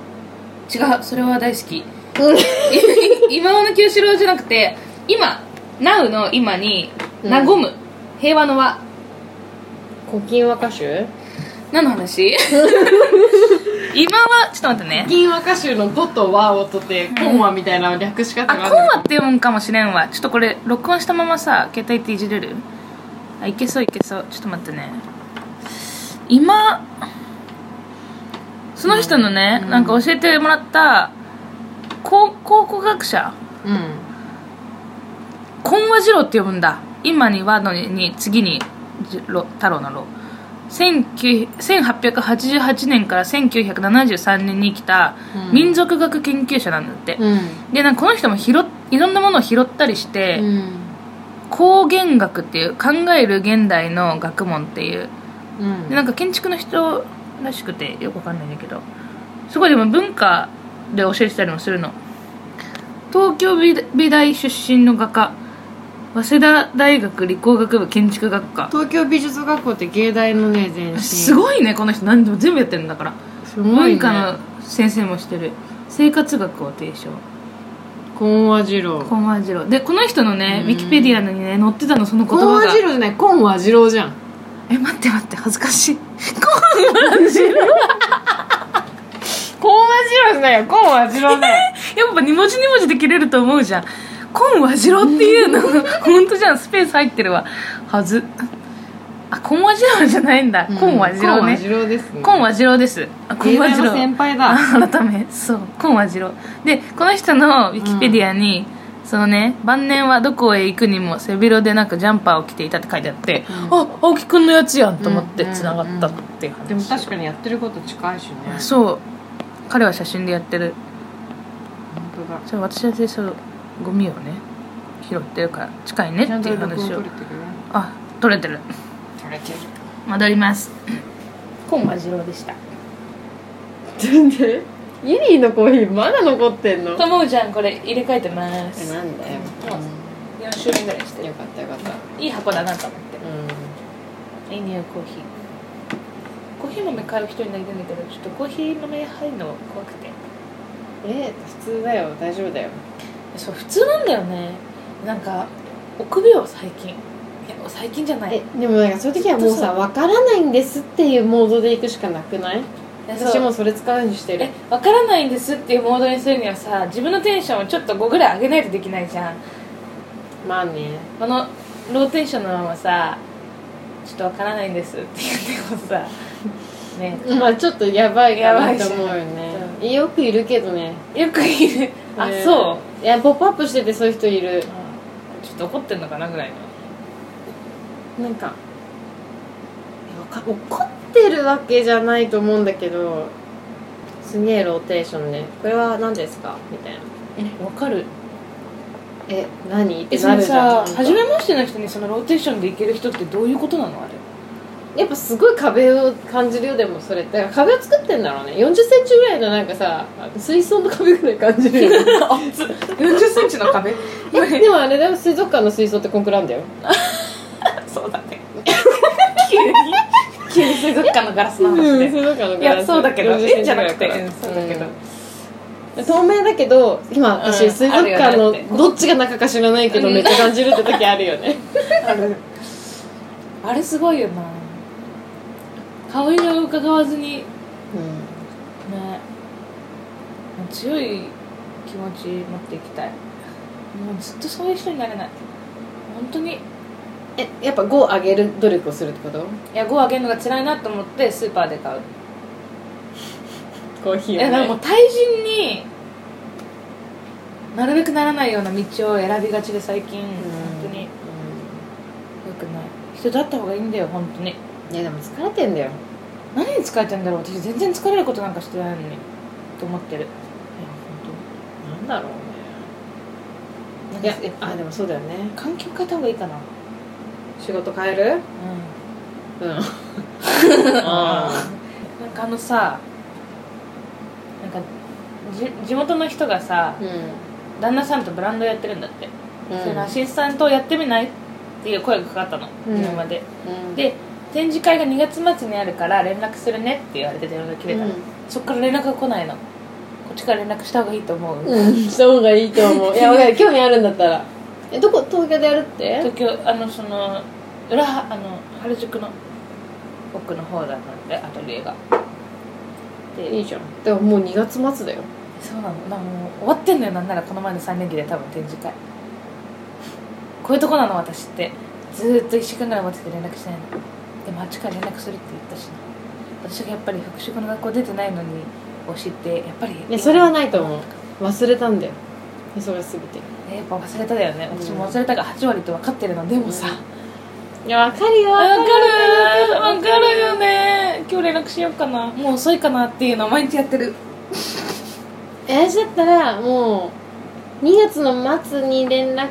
[SPEAKER 1] 違うそれは大好き
[SPEAKER 2] うん
[SPEAKER 1] 今はの清志郎じゃなくて今 NOW の今に
[SPEAKER 2] うん
[SPEAKER 1] 和む、平和の和
[SPEAKER 2] 古今和歌集
[SPEAKER 1] 何の 話今はちょっと待ってね
[SPEAKER 2] 古今和歌集の「ド」と「和」をとって「コンマ」みたいな略し方
[SPEAKER 1] あ、コンマって読むかもしれんわ。ちょっとこれ、録音したままさ、携帯っていじれるあ、いけそういけそう。ちょっと待ってね。今、その人のね、なんか教えてもらった、考考古学者、
[SPEAKER 2] うん
[SPEAKER 1] 今和次郎って呼ぶんだ。今に和のにに、次にじろ太郎の郎。19 1888年から1973年に来た
[SPEAKER 2] うん
[SPEAKER 1] 民族学研究者なんだって。
[SPEAKER 2] うん
[SPEAKER 1] でなんかこの人も拾っいろんなものを拾ったりして、
[SPEAKER 2] うん
[SPEAKER 1] 光源学っていう考える現代の学問っていう
[SPEAKER 2] うん
[SPEAKER 1] でなんか建築の人らしくてよくわかんないんだけどすごいでも文化で教えてたりもするの東京美美大出身の画家早稲田大学理工学部建築学科
[SPEAKER 2] 東京美術学校って芸大のね前身
[SPEAKER 1] すごいねこの人何でも全部やってるんだから、
[SPEAKER 2] すごい
[SPEAKER 1] 文
[SPEAKER 2] ね
[SPEAKER 1] 化の先生もしてる生活学を提唱
[SPEAKER 2] コン和二郎
[SPEAKER 1] コンワジローでこの人のね
[SPEAKER 2] う
[SPEAKER 1] ウィ
[SPEAKER 2] ん
[SPEAKER 1] キペディアにね載ってたのその言
[SPEAKER 2] コン
[SPEAKER 1] 葉
[SPEAKER 2] 和
[SPEAKER 1] が
[SPEAKER 2] 二郎じゃないコン和二郎じゃん
[SPEAKER 1] え待って待って恥ずか しい
[SPEAKER 2] コン和二郎じゃないよコン和二郎だ よ
[SPEAKER 1] やっぱ2文字2文字で切れると思うじゃんコンワジロっていうの 本当じゃんスペース入ってるわはずあコンワジロじゃないんだ、コンワジロ
[SPEAKER 2] コン和
[SPEAKER 1] ね
[SPEAKER 2] 二郎ですね
[SPEAKER 1] コンワジロですあコン
[SPEAKER 2] 芸
[SPEAKER 1] ワ
[SPEAKER 2] 大
[SPEAKER 1] ジ
[SPEAKER 2] の
[SPEAKER 1] ロ
[SPEAKER 2] 先輩だ
[SPEAKER 1] あ 改めそうコンワジロでこの人のウィキペディアに、そのね晩年はどこへ行くにも背広でなくジャンパーを着ていたって書いてあって、
[SPEAKER 2] うん
[SPEAKER 1] あ青木くんのやつやんと思って
[SPEAKER 2] うん
[SPEAKER 1] つながったっていう話、
[SPEAKER 2] でも確かにやってること近いしね
[SPEAKER 1] そう彼は写真でやってる
[SPEAKER 2] 本当だ
[SPEAKER 1] そう私はでそうゴミをね拾ってるから近いね
[SPEAKER 2] ちゃん
[SPEAKER 1] って
[SPEAKER 2] と
[SPEAKER 1] いう
[SPEAKER 2] 録音
[SPEAKER 1] 話
[SPEAKER 2] 取
[SPEAKER 1] を
[SPEAKER 2] れてる
[SPEAKER 1] あ取れてる
[SPEAKER 2] 取れてる
[SPEAKER 1] 戻り ます今和次郎でした
[SPEAKER 2] 全然ユリーのコーヒーまだ残ってんの
[SPEAKER 1] ともうじゃんこれ入れ替えてま
[SPEAKER 2] え
[SPEAKER 1] す
[SPEAKER 2] なんだよ、
[SPEAKER 1] 4周目ぐらいして
[SPEAKER 2] よ
[SPEAKER 1] る
[SPEAKER 2] かったよかった
[SPEAKER 1] いい箱だなと思って
[SPEAKER 2] う
[SPEAKER 1] いい匂いコーヒーコーヒー豆買う人になりたいんだけどちょっとコーヒー豆入るの怖くて
[SPEAKER 2] んえ普通だよ大丈夫だよ
[SPEAKER 1] そう普通なんだよねなんか臆病最近いや最近じゃない
[SPEAKER 2] えでもなんかそういう時はも
[SPEAKER 1] ず
[SPEAKER 2] う
[SPEAKER 1] っと
[SPEAKER 2] さ
[SPEAKER 1] そう
[SPEAKER 2] 分からないんですっていうモードで行くしかなくない
[SPEAKER 1] そう
[SPEAKER 2] 私もそれ使うようにしてる
[SPEAKER 1] え分からないんですっていうモードにするにはさ自分のテンションをちょっと5ぐらい上げないとできないじゃん
[SPEAKER 2] まあね
[SPEAKER 1] このローテンションのままさちょっと分からないんですって言ってもさね
[SPEAKER 2] まあちょっとやばいか
[SPEAKER 1] やば
[SPEAKER 2] ない
[SPEAKER 1] じゃ
[SPEAKER 2] と
[SPEAKER 1] ん
[SPEAKER 2] 思うよねよくいるけどね
[SPEAKER 1] よくいるあ、
[SPEAKER 2] ね
[SPEAKER 1] そう
[SPEAKER 2] いや「ポップアップしててそういう人いる
[SPEAKER 1] ちょっと怒ってんのかなぐらいの
[SPEAKER 2] なんかいやわか怒ってるわけじゃないと思うんだけどすげえローテーションで「これは何ですか?」みたいな
[SPEAKER 1] え分かる
[SPEAKER 2] 「え何?」
[SPEAKER 1] え
[SPEAKER 2] って
[SPEAKER 1] そ
[SPEAKER 2] な
[SPEAKER 1] の
[SPEAKER 2] るじゃ
[SPEAKER 1] さ
[SPEAKER 2] ん
[SPEAKER 1] 初めましての人にそのローテーションでいける人ってどういうことなのあれ
[SPEAKER 2] やっぱすごい壁を感じるよでもそれって壁を作ってんだろうね4 0ンチぐらいのなんかさ水槽の壁ぐらい感じるよ
[SPEAKER 1] 40センチの壁
[SPEAKER 2] えでもあれだよ水族館の水槽ってこんくらいあんだよ
[SPEAKER 1] そうだ ね急に急に水族館のガラスの話で、
[SPEAKER 2] うん水族館の
[SPEAKER 1] いやそうだけど
[SPEAKER 2] 40
[SPEAKER 1] えじゃなくて
[SPEAKER 2] セ
[SPEAKER 1] う
[SPEAKER 2] ン
[SPEAKER 1] ん
[SPEAKER 2] チ
[SPEAKER 1] そ
[SPEAKER 2] ぐ
[SPEAKER 1] う
[SPEAKER 2] ら
[SPEAKER 1] だ
[SPEAKER 2] い
[SPEAKER 1] けど、
[SPEAKER 2] 透明だけど今私、
[SPEAKER 1] うん
[SPEAKER 2] 水族館
[SPEAKER 1] あ
[SPEAKER 2] の
[SPEAKER 1] るよね
[SPEAKER 2] どっちが中か知らないけど
[SPEAKER 1] うん
[SPEAKER 2] めっちゃ感じるって時あるよね
[SPEAKER 1] あれあれすごいよな顔色を伺わずにねもう強い気持ち持っていきたいもうずっとそういう人になれない本当にい
[SPEAKER 2] えやっぱ5を上げる努力をするってこと
[SPEAKER 1] や5あげるのが辛いなと思ってスーパーで買う
[SPEAKER 2] コーヒ
[SPEAKER 1] い
[SPEAKER 2] ー
[SPEAKER 1] や
[SPEAKER 2] を、
[SPEAKER 1] なんかも
[SPEAKER 2] ね
[SPEAKER 1] う、対人になるべくならないような道を選びがちで最近本当によくない人だった方がいいんだよ本当に
[SPEAKER 2] うんいやでも疲れてんだよ
[SPEAKER 1] 何に疲れてんだろう私全然疲れることなんかしてないのにと思ってるいや
[SPEAKER 2] なんだろう
[SPEAKER 1] 本
[SPEAKER 2] ねい
[SPEAKER 1] 当い
[SPEAKER 2] や
[SPEAKER 1] や
[SPEAKER 2] あでもそうだよね
[SPEAKER 1] 環境変えた方がいいかな
[SPEAKER 2] 仕事変える
[SPEAKER 1] う
[SPEAKER 2] うん
[SPEAKER 1] んなんかあのさなんかじ地元の人がさ
[SPEAKER 2] う
[SPEAKER 1] 旦那さんとブランドやってるんだって、
[SPEAKER 2] ん
[SPEAKER 1] それのアシスタントをやってみないっていう声がかかったの、
[SPEAKER 2] うん
[SPEAKER 1] 電話で
[SPEAKER 2] うん
[SPEAKER 1] で展示会が2月末にあるから連絡するねって言われて電話が切れたの、そっから連絡が来ないのこっちから連絡した方がいいと思う、
[SPEAKER 2] うんした方がいいと思 ういやわかる興味あるんだったらえどこ東京でやるって
[SPEAKER 1] 東京あのその裏あの原宿の奥の方だったんでアトリエがで
[SPEAKER 2] いいじゃんでももう2月末だよ
[SPEAKER 1] そうなのなんかもう終わってんのよなんならこの前の3連休で多分展示会こういうとこなの私ってずーっと1週間ぐらい待ってて連絡しないのでもあっちから連絡するって言ったしな私がやっぱり復職の学校出てないのに教えてやっぱり
[SPEAKER 2] いやそれはないと思う忘れたんだよ忙しすぎて
[SPEAKER 1] やっぱ忘れただよね
[SPEAKER 2] うん
[SPEAKER 1] 私も忘れたが8割と分かってるのでもさ、
[SPEAKER 2] うんいやわかるよ
[SPEAKER 1] わかる
[SPEAKER 2] わ
[SPEAKER 1] わかるよね今日連絡しようかなもう遅いかなっていうのを毎日やってる
[SPEAKER 2] えじだったらもう2月の末に連絡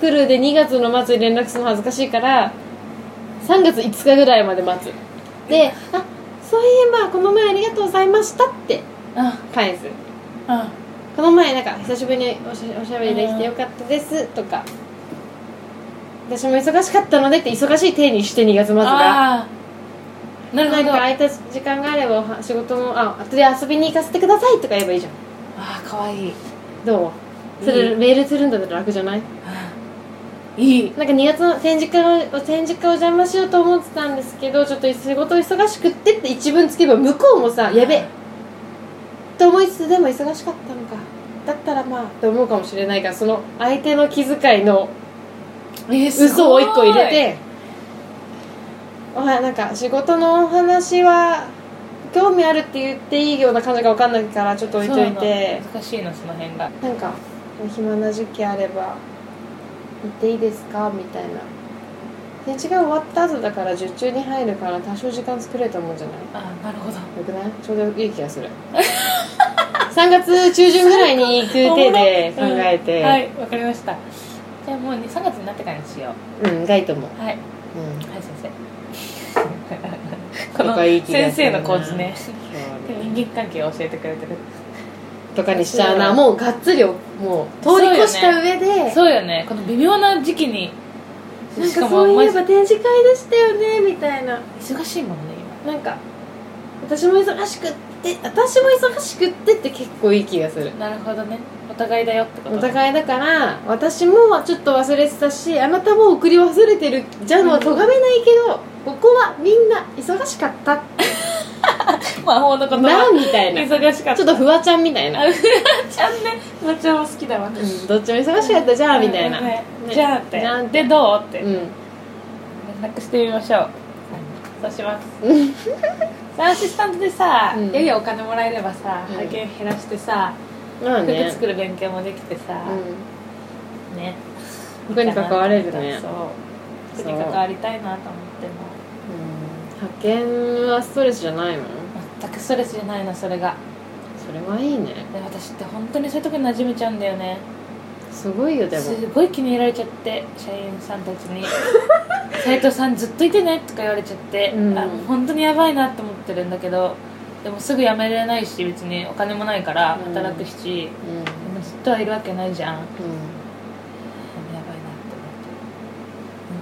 [SPEAKER 2] 来るで2月の末に連絡するの恥ずかしいから3月5日ぐらいまで待つで「あそういえばこの前ありがとうございました」って
[SPEAKER 1] あ
[SPEAKER 2] 返す
[SPEAKER 1] あ
[SPEAKER 2] この前なんか久しぶりにおしおしゃべりできてよかったですとか私も忙しかったのでって忙しい体にして2月末が
[SPEAKER 1] あーなるほ
[SPEAKER 2] なん
[SPEAKER 1] ど
[SPEAKER 2] か空いた時間があればおは仕事もあ後で遊びに行かせてくださいとか言えばいいじゃん
[SPEAKER 1] あーかわいい
[SPEAKER 2] どうそれ
[SPEAKER 1] う
[SPEAKER 2] メールするんだったら楽じゃない
[SPEAKER 1] あーいい
[SPEAKER 2] なんか2月の展示会を展示会お邪魔しようと思ってたんですけどちょっと仕事忙しくってって一文つけば向こうもさやべえと思いつつでも忙しかったのかだったらまあと思うかもしれないからその相手の気遣いの
[SPEAKER 1] えーすごい
[SPEAKER 2] 嘘を1個入れておはなんか仕事のお話は興味あるって言っていいような感じが分かんないからちょっと置いと
[SPEAKER 1] そう
[SPEAKER 2] いて
[SPEAKER 1] なの難しいなその辺が
[SPEAKER 2] なんか暇な時期あれば行っていいですかみたいな展示が終わった後だから受注に入るから多少時間作れたもんじゃない
[SPEAKER 1] あーなるほど
[SPEAKER 2] よくないちょうどいい気がする3月中旬ぐらいに行く手で考えて、
[SPEAKER 1] うんはいわかりましたじゃあもう2 3月になってからにしよ
[SPEAKER 2] うんがいいと思う、
[SPEAKER 1] うはい
[SPEAKER 2] うん、
[SPEAKER 1] はい先生こ
[SPEAKER 2] と
[SPEAKER 1] の
[SPEAKER 2] かいい気がするな
[SPEAKER 1] 先生のコーチね
[SPEAKER 2] そうね
[SPEAKER 1] 人間関係を教えてくれてる
[SPEAKER 2] とかにしちゃうな
[SPEAKER 1] そう
[SPEAKER 2] もうがっつりをもう通り越した上で、
[SPEAKER 1] そうよねこの微妙な時期に
[SPEAKER 2] なん
[SPEAKER 1] しか
[SPEAKER 2] か
[SPEAKER 1] も
[SPEAKER 2] そういえ
[SPEAKER 1] マ
[SPEAKER 2] ば展示会でしたよねみたいな
[SPEAKER 1] ジ忙しいもんね
[SPEAKER 2] なんか私も忙しくって私も忙しくってって結構いい気がする
[SPEAKER 1] 今なるほどねお互いだよってこと
[SPEAKER 2] お互いだから私もちょっと忘れてたしあなたも送り忘れてるじゃんはとがめないけど、ここはみんな忙しかった
[SPEAKER 1] 魔法の言
[SPEAKER 2] な
[SPEAKER 1] 葉
[SPEAKER 2] みたいな
[SPEAKER 1] 忙しかった
[SPEAKER 2] ちょっとフワちゃんみたいな、
[SPEAKER 1] あちゃんねフワちゃんも好きだわ
[SPEAKER 2] うんどっちも忙しかったじゃんみたいな、
[SPEAKER 1] ね
[SPEAKER 2] ね
[SPEAKER 1] じゃあって
[SPEAKER 2] じゃあって
[SPEAKER 1] でどうって
[SPEAKER 2] うん
[SPEAKER 1] 連絡してみましょうそうしますさあアシスタントでさ、
[SPEAKER 2] うん
[SPEAKER 1] ややお金もらえればさ
[SPEAKER 2] うん
[SPEAKER 1] 派遣減らしてさ、
[SPEAKER 2] まあ
[SPEAKER 1] 服
[SPEAKER 2] ね、
[SPEAKER 1] 作る勉強もできてさ、
[SPEAKER 2] うん
[SPEAKER 1] ね
[SPEAKER 2] 服に関われるね
[SPEAKER 1] そう服
[SPEAKER 2] そう
[SPEAKER 1] に関わりたいなと思っても
[SPEAKER 2] 派遣はストレスじゃないもん
[SPEAKER 1] 全くストレスじゃないなそれが
[SPEAKER 2] それはいいね
[SPEAKER 1] で私って本当にそういうとこに馴染めちゃうんだよね
[SPEAKER 2] すごいよですも
[SPEAKER 1] ごい気に入られちゃって社員さんたち に「斉藤さんずっといてね」とか言われちゃって、
[SPEAKER 2] うん
[SPEAKER 1] あもう本当にやばいなって思ってるんだけどでもすぐ辞めれないし別にお金もないから
[SPEAKER 2] うん
[SPEAKER 1] 働くし、
[SPEAKER 2] うん、うん、
[SPEAKER 1] でもずっとはいるわけないじゃんやばいなって思って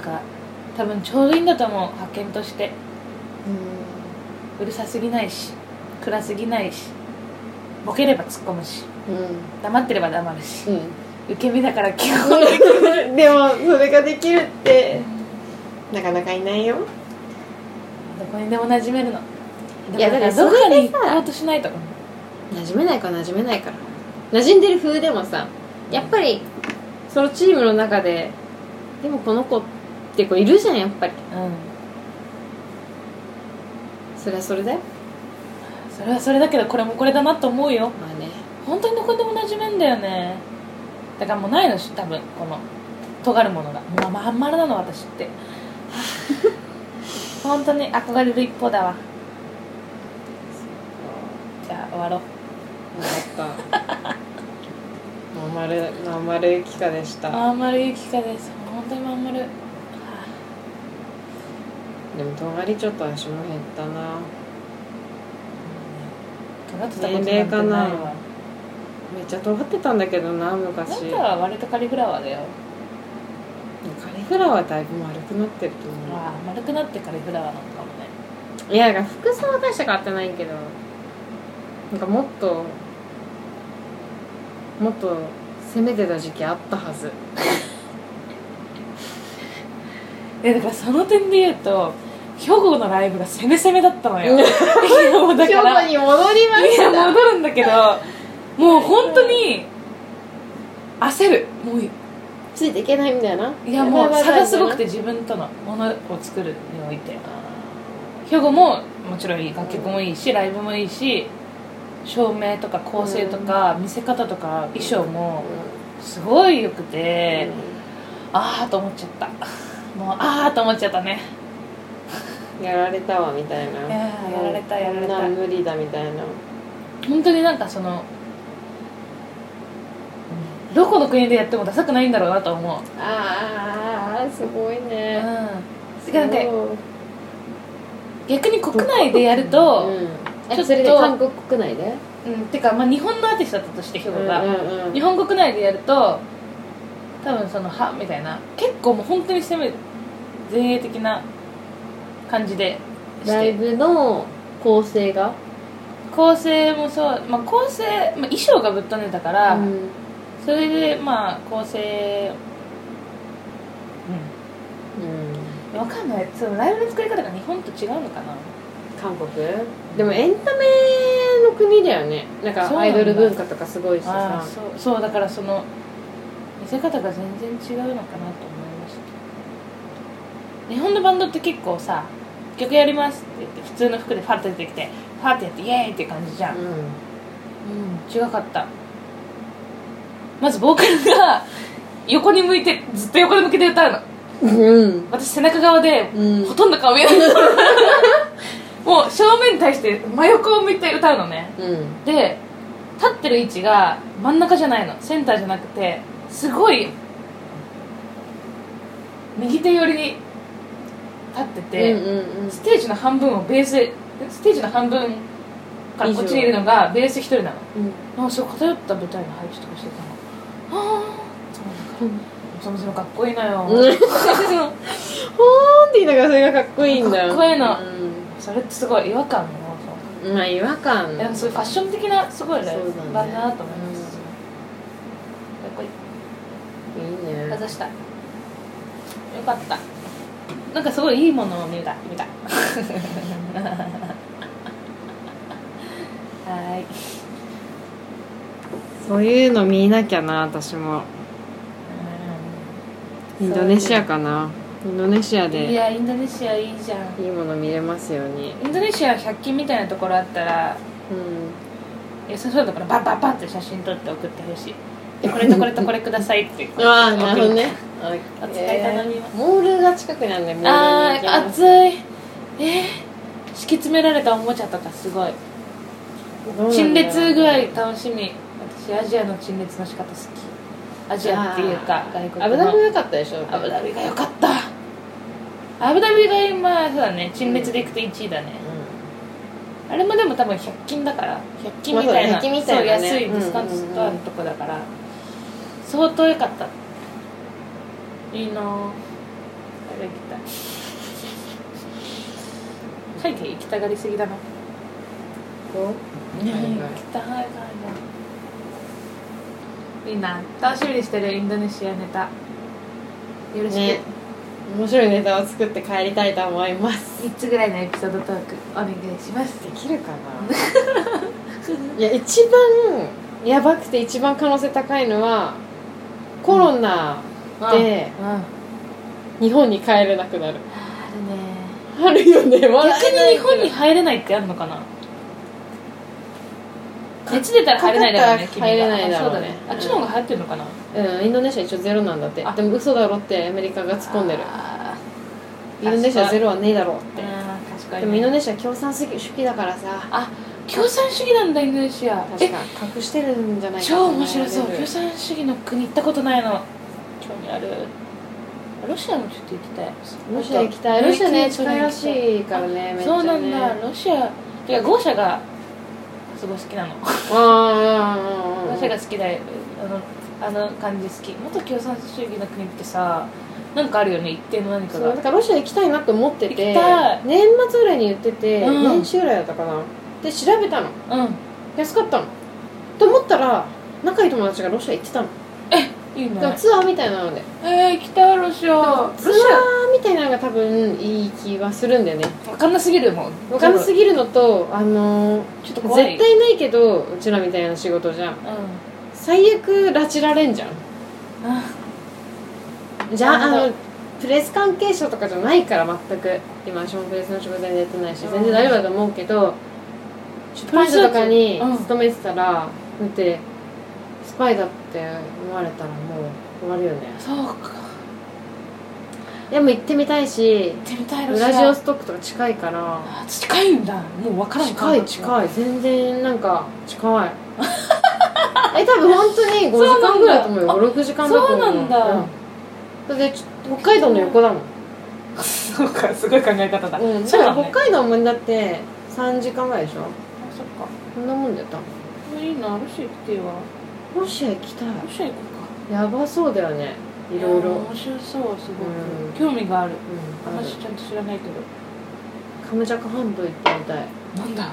[SPEAKER 1] なんか多分ちょうどいいんだと思う派遣としてうるさすぎないし暗すぎないしボケれば突っ込むし
[SPEAKER 2] う
[SPEAKER 1] 黙ってれば黙るし
[SPEAKER 2] ん
[SPEAKER 1] 受け身だから基本的に
[SPEAKER 2] うんでもそれができるってなかなかいないよ
[SPEAKER 1] どこにでも馴染めるの
[SPEAKER 2] いやだから
[SPEAKER 1] どこ
[SPEAKER 2] そ
[SPEAKER 1] か
[SPEAKER 2] れ
[SPEAKER 1] に
[SPEAKER 2] で
[SPEAKER 1] 行
[SPEAKER 2] さ
[SPEAKER 1] こうとしないと
[SPEAKER 2] 馴染めないか馴染めないから馴染んでる風でもさやっぱりそのチームの中ででもこの子って子いるじゃんやっぱり
[SPEAKER 1] うん
[SPEAKER 2] それはそれだよ
[SPEAKER 1] それはそれだけどこれもこれだなと思うよ
[SPEAKER 2] まあね
[SPEAKER 1] 本当にどこでも馴染めんだよねだからもうないのし多分この尖るものがもうまん丸なの私って 本当に憧れる一方だわじゃあ終わろう
[SPEAKER 2] 分かった まんまるまんまる期間でした
[SPEAKER 1] まん丸ゆきかです本当にまん丸は
[SPEAKER 2] でもとがりちょっと足も減ったな
[SPEAKER 1] あ尖ってたことなんて
[SPEAKER 2] 年齢かな
[SPEAKER 1] ないわ
[SPEAKER 2] めっちゃ尖ってたんだけどな昔
[SPEAKER 1] あん
[SPEAKER 2] カ
[SPEAKER 1] たは割とカリフラワーだよ
[SPEAKER 2] リフラワーはだいぶ丸くなってると思
[SPEAKER 1] ああ丸くなってカリフラワーなのかもね
[SPEAKER 2] ういやだから服装は大して変わってないけどなんかもっともっと攻めてた時期あったはず
[SPEAKER 1] いやだからその点で言うと兵庫のライブが攻め攻めだったのよいやもうだ
[SPEAKER 2] 今
[SPEAKER 1] から
[SPEAKER 2] 日に戻りま
[SPEAKER 1] い
[SPEAKER 2] し
[SPEAKER 1] や
[SPEAKER 2] た
[SPEAKER 1] 戻るんだけどもう本当に焦るもうい
[SPEAKER 2] ついていけないみたいない
[SPEAKER 1] やもう差がすごくて自分とのものを作るにおいて兵庫ももちろんいい楽曲もいいしライブもいいし照明とか構成とか見せ方とか衣装もすごい良くて、ああと思っちゃったもうああと思っちゃったね
[SPEAKER 2] やられたわみたいない
[SPEAKER 1] やーやられたやられた
[SPEAKER 2] こんなん無理だみたいな
[SPEAKER 1] 本当になんかその、どこの国でやってもダサくないんだろうなとは思う
[SPEAKER 2] ああすごい
[SPEAKER 1] うん
[SPEAKER 2] ね
[SPEAKER 1] てかなんか逆に国内でやる
[SPEAKER 2] う
[SPEAKER 1] と、
[SPEAKER 2] ん
[SPEAKER 1] ちょっと
[SPEAKER 2] えそれで韓国国内で
[SPEAKER 1] うん、てか、まあ、日本のアーティストだったとしてヒョコが、
[SPEAKER 2] うんうん
[SPEAKER 1] 日本国内でやると多分その「は」みたいな結構もう本当に攻め前衛的な感じでして
[SPEAKER 2] ライブの構成が
[SPEAKER 1] 構成もそう、まあ、構成、まあ、衣装がぶっ飛んでたから、
[SPEAKER 2] うん
[SPEAKER 1] それでまあ構成
[SPEAKER 2] うん
[SPEAKER 1] うんわかんないそのライブの作り方が日本と違うのかな
[SPEAKER 2] 韓国でもエンタメの国だよねなん
[SPEAKER 1] そう
[SPEAKER 2] かア
[SPEAKER 1] なん
[SPEAKER 2] イ
[SPEAKER 1] だ
[SPEAKER 2] ドル文化とかすごいし
[SPEAKER 1] ああ
[SPEAKER 2] さ
[SPEAKER 1] そうそうだからその見せ方が全然違うのかなと思いました日本のバンドって結構さ曲やりますって言って普通の服でファッと出てきてファッとやってイエーイって感じじゃん、うん、
[SPEAKER 2] うん
[SPEAKER 1] 違かったまずボーカルが横に向いてずっと横に向けて歌うの
[SPEAKER 2] うん
[SPEAKER 1] 私背中側で
[SPEAKER 2] うん
[SPEAKER 1] ほとんど顔見え ないもう正面に対して真横を向いて歌うのね
[SPEAKER 2] うん
[SPEAKER 1] で立ってる位置が真ん中じゃないのセンターじゃなくてすごい右手寄りに立ってて、
[SPEAKER 2] うんうん
[SPEAKER 1] ステージの半分をベースステージの半分からこっちにいるのがベース一人なのなんかすごい偏った舞台の配置とかしてたのああそうなんだそもそもかっこいいのよ、
[SPEAKER 2] うんほーんって言いながらそれがかっこいいんだよ
[SPEAKER 1] かっこいいの
[SPEAKER 2] う
[SPEAKER 1] それってすごい違和感の要素
[SPEAKER 2] んまあ違和感
[SPEAKER 1] いやそういうファッション的なすごいね
[SPEAKER 2] そうだね
[SPEAKER 1] バンだなと思います、かっこいい
[SPEAKER 2] いいね
[SPEAKER 1] 外したよかったなんかすごいいいものを見た見た はーい
[SPEAKER 2] そういうの見なきゃな私もインドネシアかなインドネシア
[SPEAKER 1] うんい
[SPEAKER 2] で
[SPEAKER 1] やインドネシアいいじゃん
[SPEAKER 2] いいもの見れますように
[SPEAKER 1] インドネシア100均みたいなところあったら
[SPEAKER 2] うん
[SPEAKER 1] 良さそうだからバンバンバンって写真撮って送ってほしいでこれとこれとこれくださいって こう
[SPEAKER 2] ああなるほどね
[SPEAKER 1] お使い頼みます
[SPEAKER 2] モールが近くなんでモールに
[SPEAKER 1] あ
[SPEAKER 2] 行き
[SPEAKER 1] ー
[SPEAKER 2] ます
[SPEAKER 1] 熱いえー、敷き詰められたおもちゃとかすごい陳列具合楽しみ私アジアの陳列の仕方好きアジアっていうか外国の
[SPEAKER 2] アブダビ良かったでしょ
[SPEAKER 1] アブダビが良かったアブダビが今そうだね陳列でいくと1位だね、あれもでも多分100均だから100均みたいな,、
[SPEAKER 2] まあそう100均みたいなね
[SPEAKER 1] そう安いディスカウントストアのとこだから、相当良かったいいなぁあれ行きたい海外行きたがりすぎだな
[SPEAKER 2] うん
[SPEAKER 1] ね
[SPEAKER 2] 海
[SPEAKER 1] 行きたい海外いいな楽しみにしてるインドネシアネタよろ
[SPEAKER 2] 外
[SPEAKER 1] しく、
[SPEAKER 2] ね面白いネタを作って帰りたいと思います
[SPEAKER 1] 3つぐらいのエピソードトークお願いします
[SPEAKER 2] できるかな いや一番やばくて一番可能性高いのはコロナで
[SPEAKER 1] うんあ
[SPEAKER 2] 日本に帰れなくなる、
[SPEAKER 1] るね
[SPEAKER 2] あるよね
[SPEAKER 1] 逆
[SPEAKER 2] 笑えな
[SPEAKER 1] に
[SPEAKER 2] い
[SPEAKER 1] 日本に入れないってあるのかな熱出たら入れないだろうね
[SPEAKER 2] かか
[SPEAKER 1] 君
[SPEAKER 2] った
[SPEAKER 1] が
[SPEAKER 2] ら入れないだろ
[SPEAKER 1] あそうだ
[SPEAKER 2] うね
[SPEAKER 1] ねあっちの方が流行ってるのかな
[SPEAKER 2] うんインドネシア一応ゼロなんだって
[SPEAKER 1] あ
[SPEAKER 2] でも嘘だろってアメリカが突っ込んでる
[SPEAKER 1] あ
[SPEAKER 2] インドネシアゼ
[SPEAKER 1] ロ
[SPEAKER 2] ロはねえだろって
[SPEAKER 1] 確かに
[SPEAKER 2] でもインドネシア共産主義主義だからさ
[SPEAKER 1] あ共産主義なんだインドネシア
[SPEAKER 2] 確か隠してるんじゃないか
[SPEAKER 1] 超面白そう
[SPEAKER 2] と思われ
[SPEAKER 1] 共
[SPEAKER 2] る
[SPEAKER 1] 産主義の国行ったことないの興味あるロシアもちょっと行きたい
[SPEAKER 2] ロシア行きたいロシアね近いら
[SPEAKER 1] い
[SPEAKER 2] しいからねめっちゃね
[SPEAKER 1] そうなんだロシアてかゴーシャがすごい好きなのゴ
[SPEAKER 2] あ
[SPEAKER 1] ーシャが好きだよあのあの感じ好き元共産主義の国ってさなんかあるよね一定の何か
[SPEAKER 2] そう
[SPEAKER 1] が
[SPEAKER 2] だからロシア行きたいなと思って
[SPEAKER 1] 行
[SPEAKER 2] て
[SPEAKER 1] きたい
[SPEAKER 2] 年末ぐらいに言ってて、
[SPEAKER 1] うん
[SPEAKER 2] 年始ぐらいだったかなで調べたの
[SPEAKER 1] う
[SPEAKER 2] 安かったのと思ったら仲いい友達がロシア行ってたの、
[SPEAKER 1] んいいね
[SPEAKER 2] だからツアーみたいなので
[SPEAKER 1] えー、行きたいロシアロシ
[SPEAKER 2] ツアーみたいなのが多分いい気がするんだよね
[SPEAKER 1] ア分かんなすぎるもん
[SPEAKER 2] 分かんなすぎるのとあのー
[SPEAKER 1] ちょっと怖い
[SPEAKER 2] 絶対ないけどうちらみたいな仕事じゃん
[SPEAKER 1] う
[SPEAKER 2] 最悪拉致られんじゃん
[SPEAKER 1] んあ
[SPEAKER 2] じゃあ
[SPEAKER 1] なるほ
[SPEAKER 2] あ
[SPEAKER 1] ど
[SPEAKER 2] のプレス関係者とかじゃないから全く今私もプレスの仕事全然やってないし全然大丈夫だと思うけど出版社とかに
[SPEAKER 1] うん
[SPEAKER 2] 勤めてたら、だってスパイだって思われたらもう終わるよね
[SPEAKER 1] そうか
[SPEAKER 2] でも行ってみたい
[SPEAKER 1] 行
[SPEAKER 2] し
[SPEAKER 1] ってみたいロ
[SPEAKER 2] ウ
[SPEAKER 1] シア
[SPEAKER 2] ラジオストックとか近いから
[SPEAKER 1] あ近いんだもう分からん
[SPEAKER 2] 近い
[SPEAKER 1] い
[SPEAKER 2] 近い全然なんか近いえ多分本当に5時間ぐらいだと思うよ
[SPEAKER 1] そう
[SPEAKER 2] 56時間だと思う
[SPEAKER 1] そうなんだ
[SPEAKER 2] うんだってちょ北海道の横だもん、
[SPEAKER 1] そうかすごい考え方だ
[SPEAKER 2] うん、だ
[SPEAKER 1] そ
[SPEAKER 2] か
[SPEAKER 1] うだ
[SPEAKER 2] ら
[SPEAKER 1] ね
[SPEAKER 2] 北海道もだって3時間ぐらいでしょ
[SPEAKER 1] あそっか
[SPEAKER 2] こんなもんだよ多分
[SPEAKER 1] いいなロシア行きてえわ
[SPEAKER 2] ロシア行きたい
[SPEAKER 1] ロシア行こ
[SPEAKER 2] やばそうだよね
[SPEAKER 1] うか
[SPEAKER 2] いろいろ
[SPEAKER 1] や面白そうすごく、
[SPEAKER 2] うん
[SPEAKER 1] 興味がある
[SPEAKER 2] うんある
[SPEAKER 1] 私ちゃんと知らないけど
[SPEAKER 2] カムチャカ半島行ってみたい
[SPEAKER 1] なんだ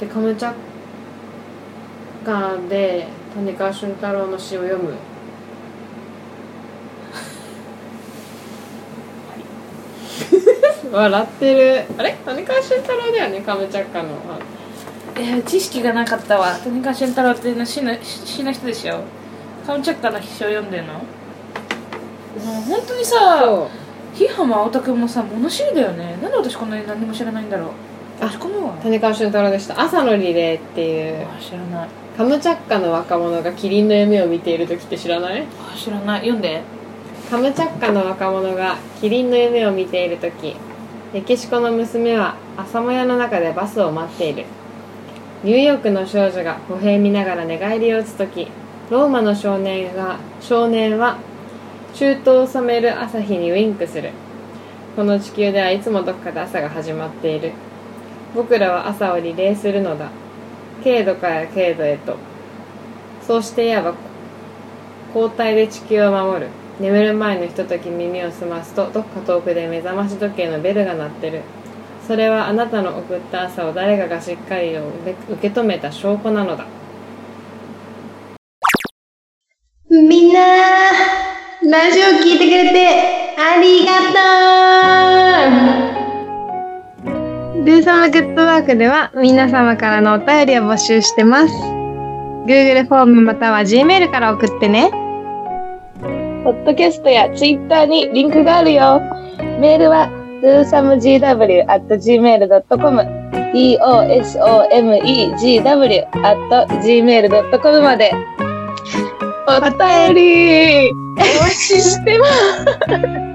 [SPEAKER 2] でカムチャカで谷川俊太郎の詩を読む笑ってるあれ谷川俊太郎だよねカムチャカの
[SPEAKER 1] えー、知識がなかったわ谷川俊太郎っていうの死の死の人でしょカムチャッカの秘書を読んでるのもう本当にさ
[SPEAKER 2] そう
[SPEAKER 1] ひ浜青田君もさ物知りだよねなんで私こんなに何も知らないんだろう
[SPEAKER 2] あ
[SPEAKER 1] 落ち込むわ
[SPEAKER 2] 谷川俊太郎でした朝のリレーっていう
[SPEAKER 1] あ知らない
[SPEAKER 2] カムチャッカの若者がキリンの夢を見ている時って知らない
[SPEAKER 1] あ知らない読んで
[SPEAKER 2] カムチャッカの若者がキリンの夢を見ている時メキシコの娘は朝もやの中でバスを待っているニューヨークの少女が歩兵見ながら寝返りを打つ時ローマの少年が少年は中東を染める朝日にウインクするこの地球ではいつもどこかで朝が始まっている僕らは朝をリレーするのだ軽度から軽度へとそうしていわば交代で地球を守る眠る前のひととき耳を澄ますとどっか遠くで目覚まし時計のベルが鳴ってるそれはあなたの送った朝を誰かがしっかり受け止めた証拠なのだ
[SPEAKER 3] みんな、ラジオ聞いてくれてありがとう
[SPEAKER 2] ルーサムグッドワークでは皆様からのお便りを募集してます Google フォームまたは Gmail から送ってね
[SPEAKER 4] ポッドキャストやツイッターにリンクがあるよ。メールは dosamegw.gmail.com dosomegw.gmail.com まで。お便りお待ちしてます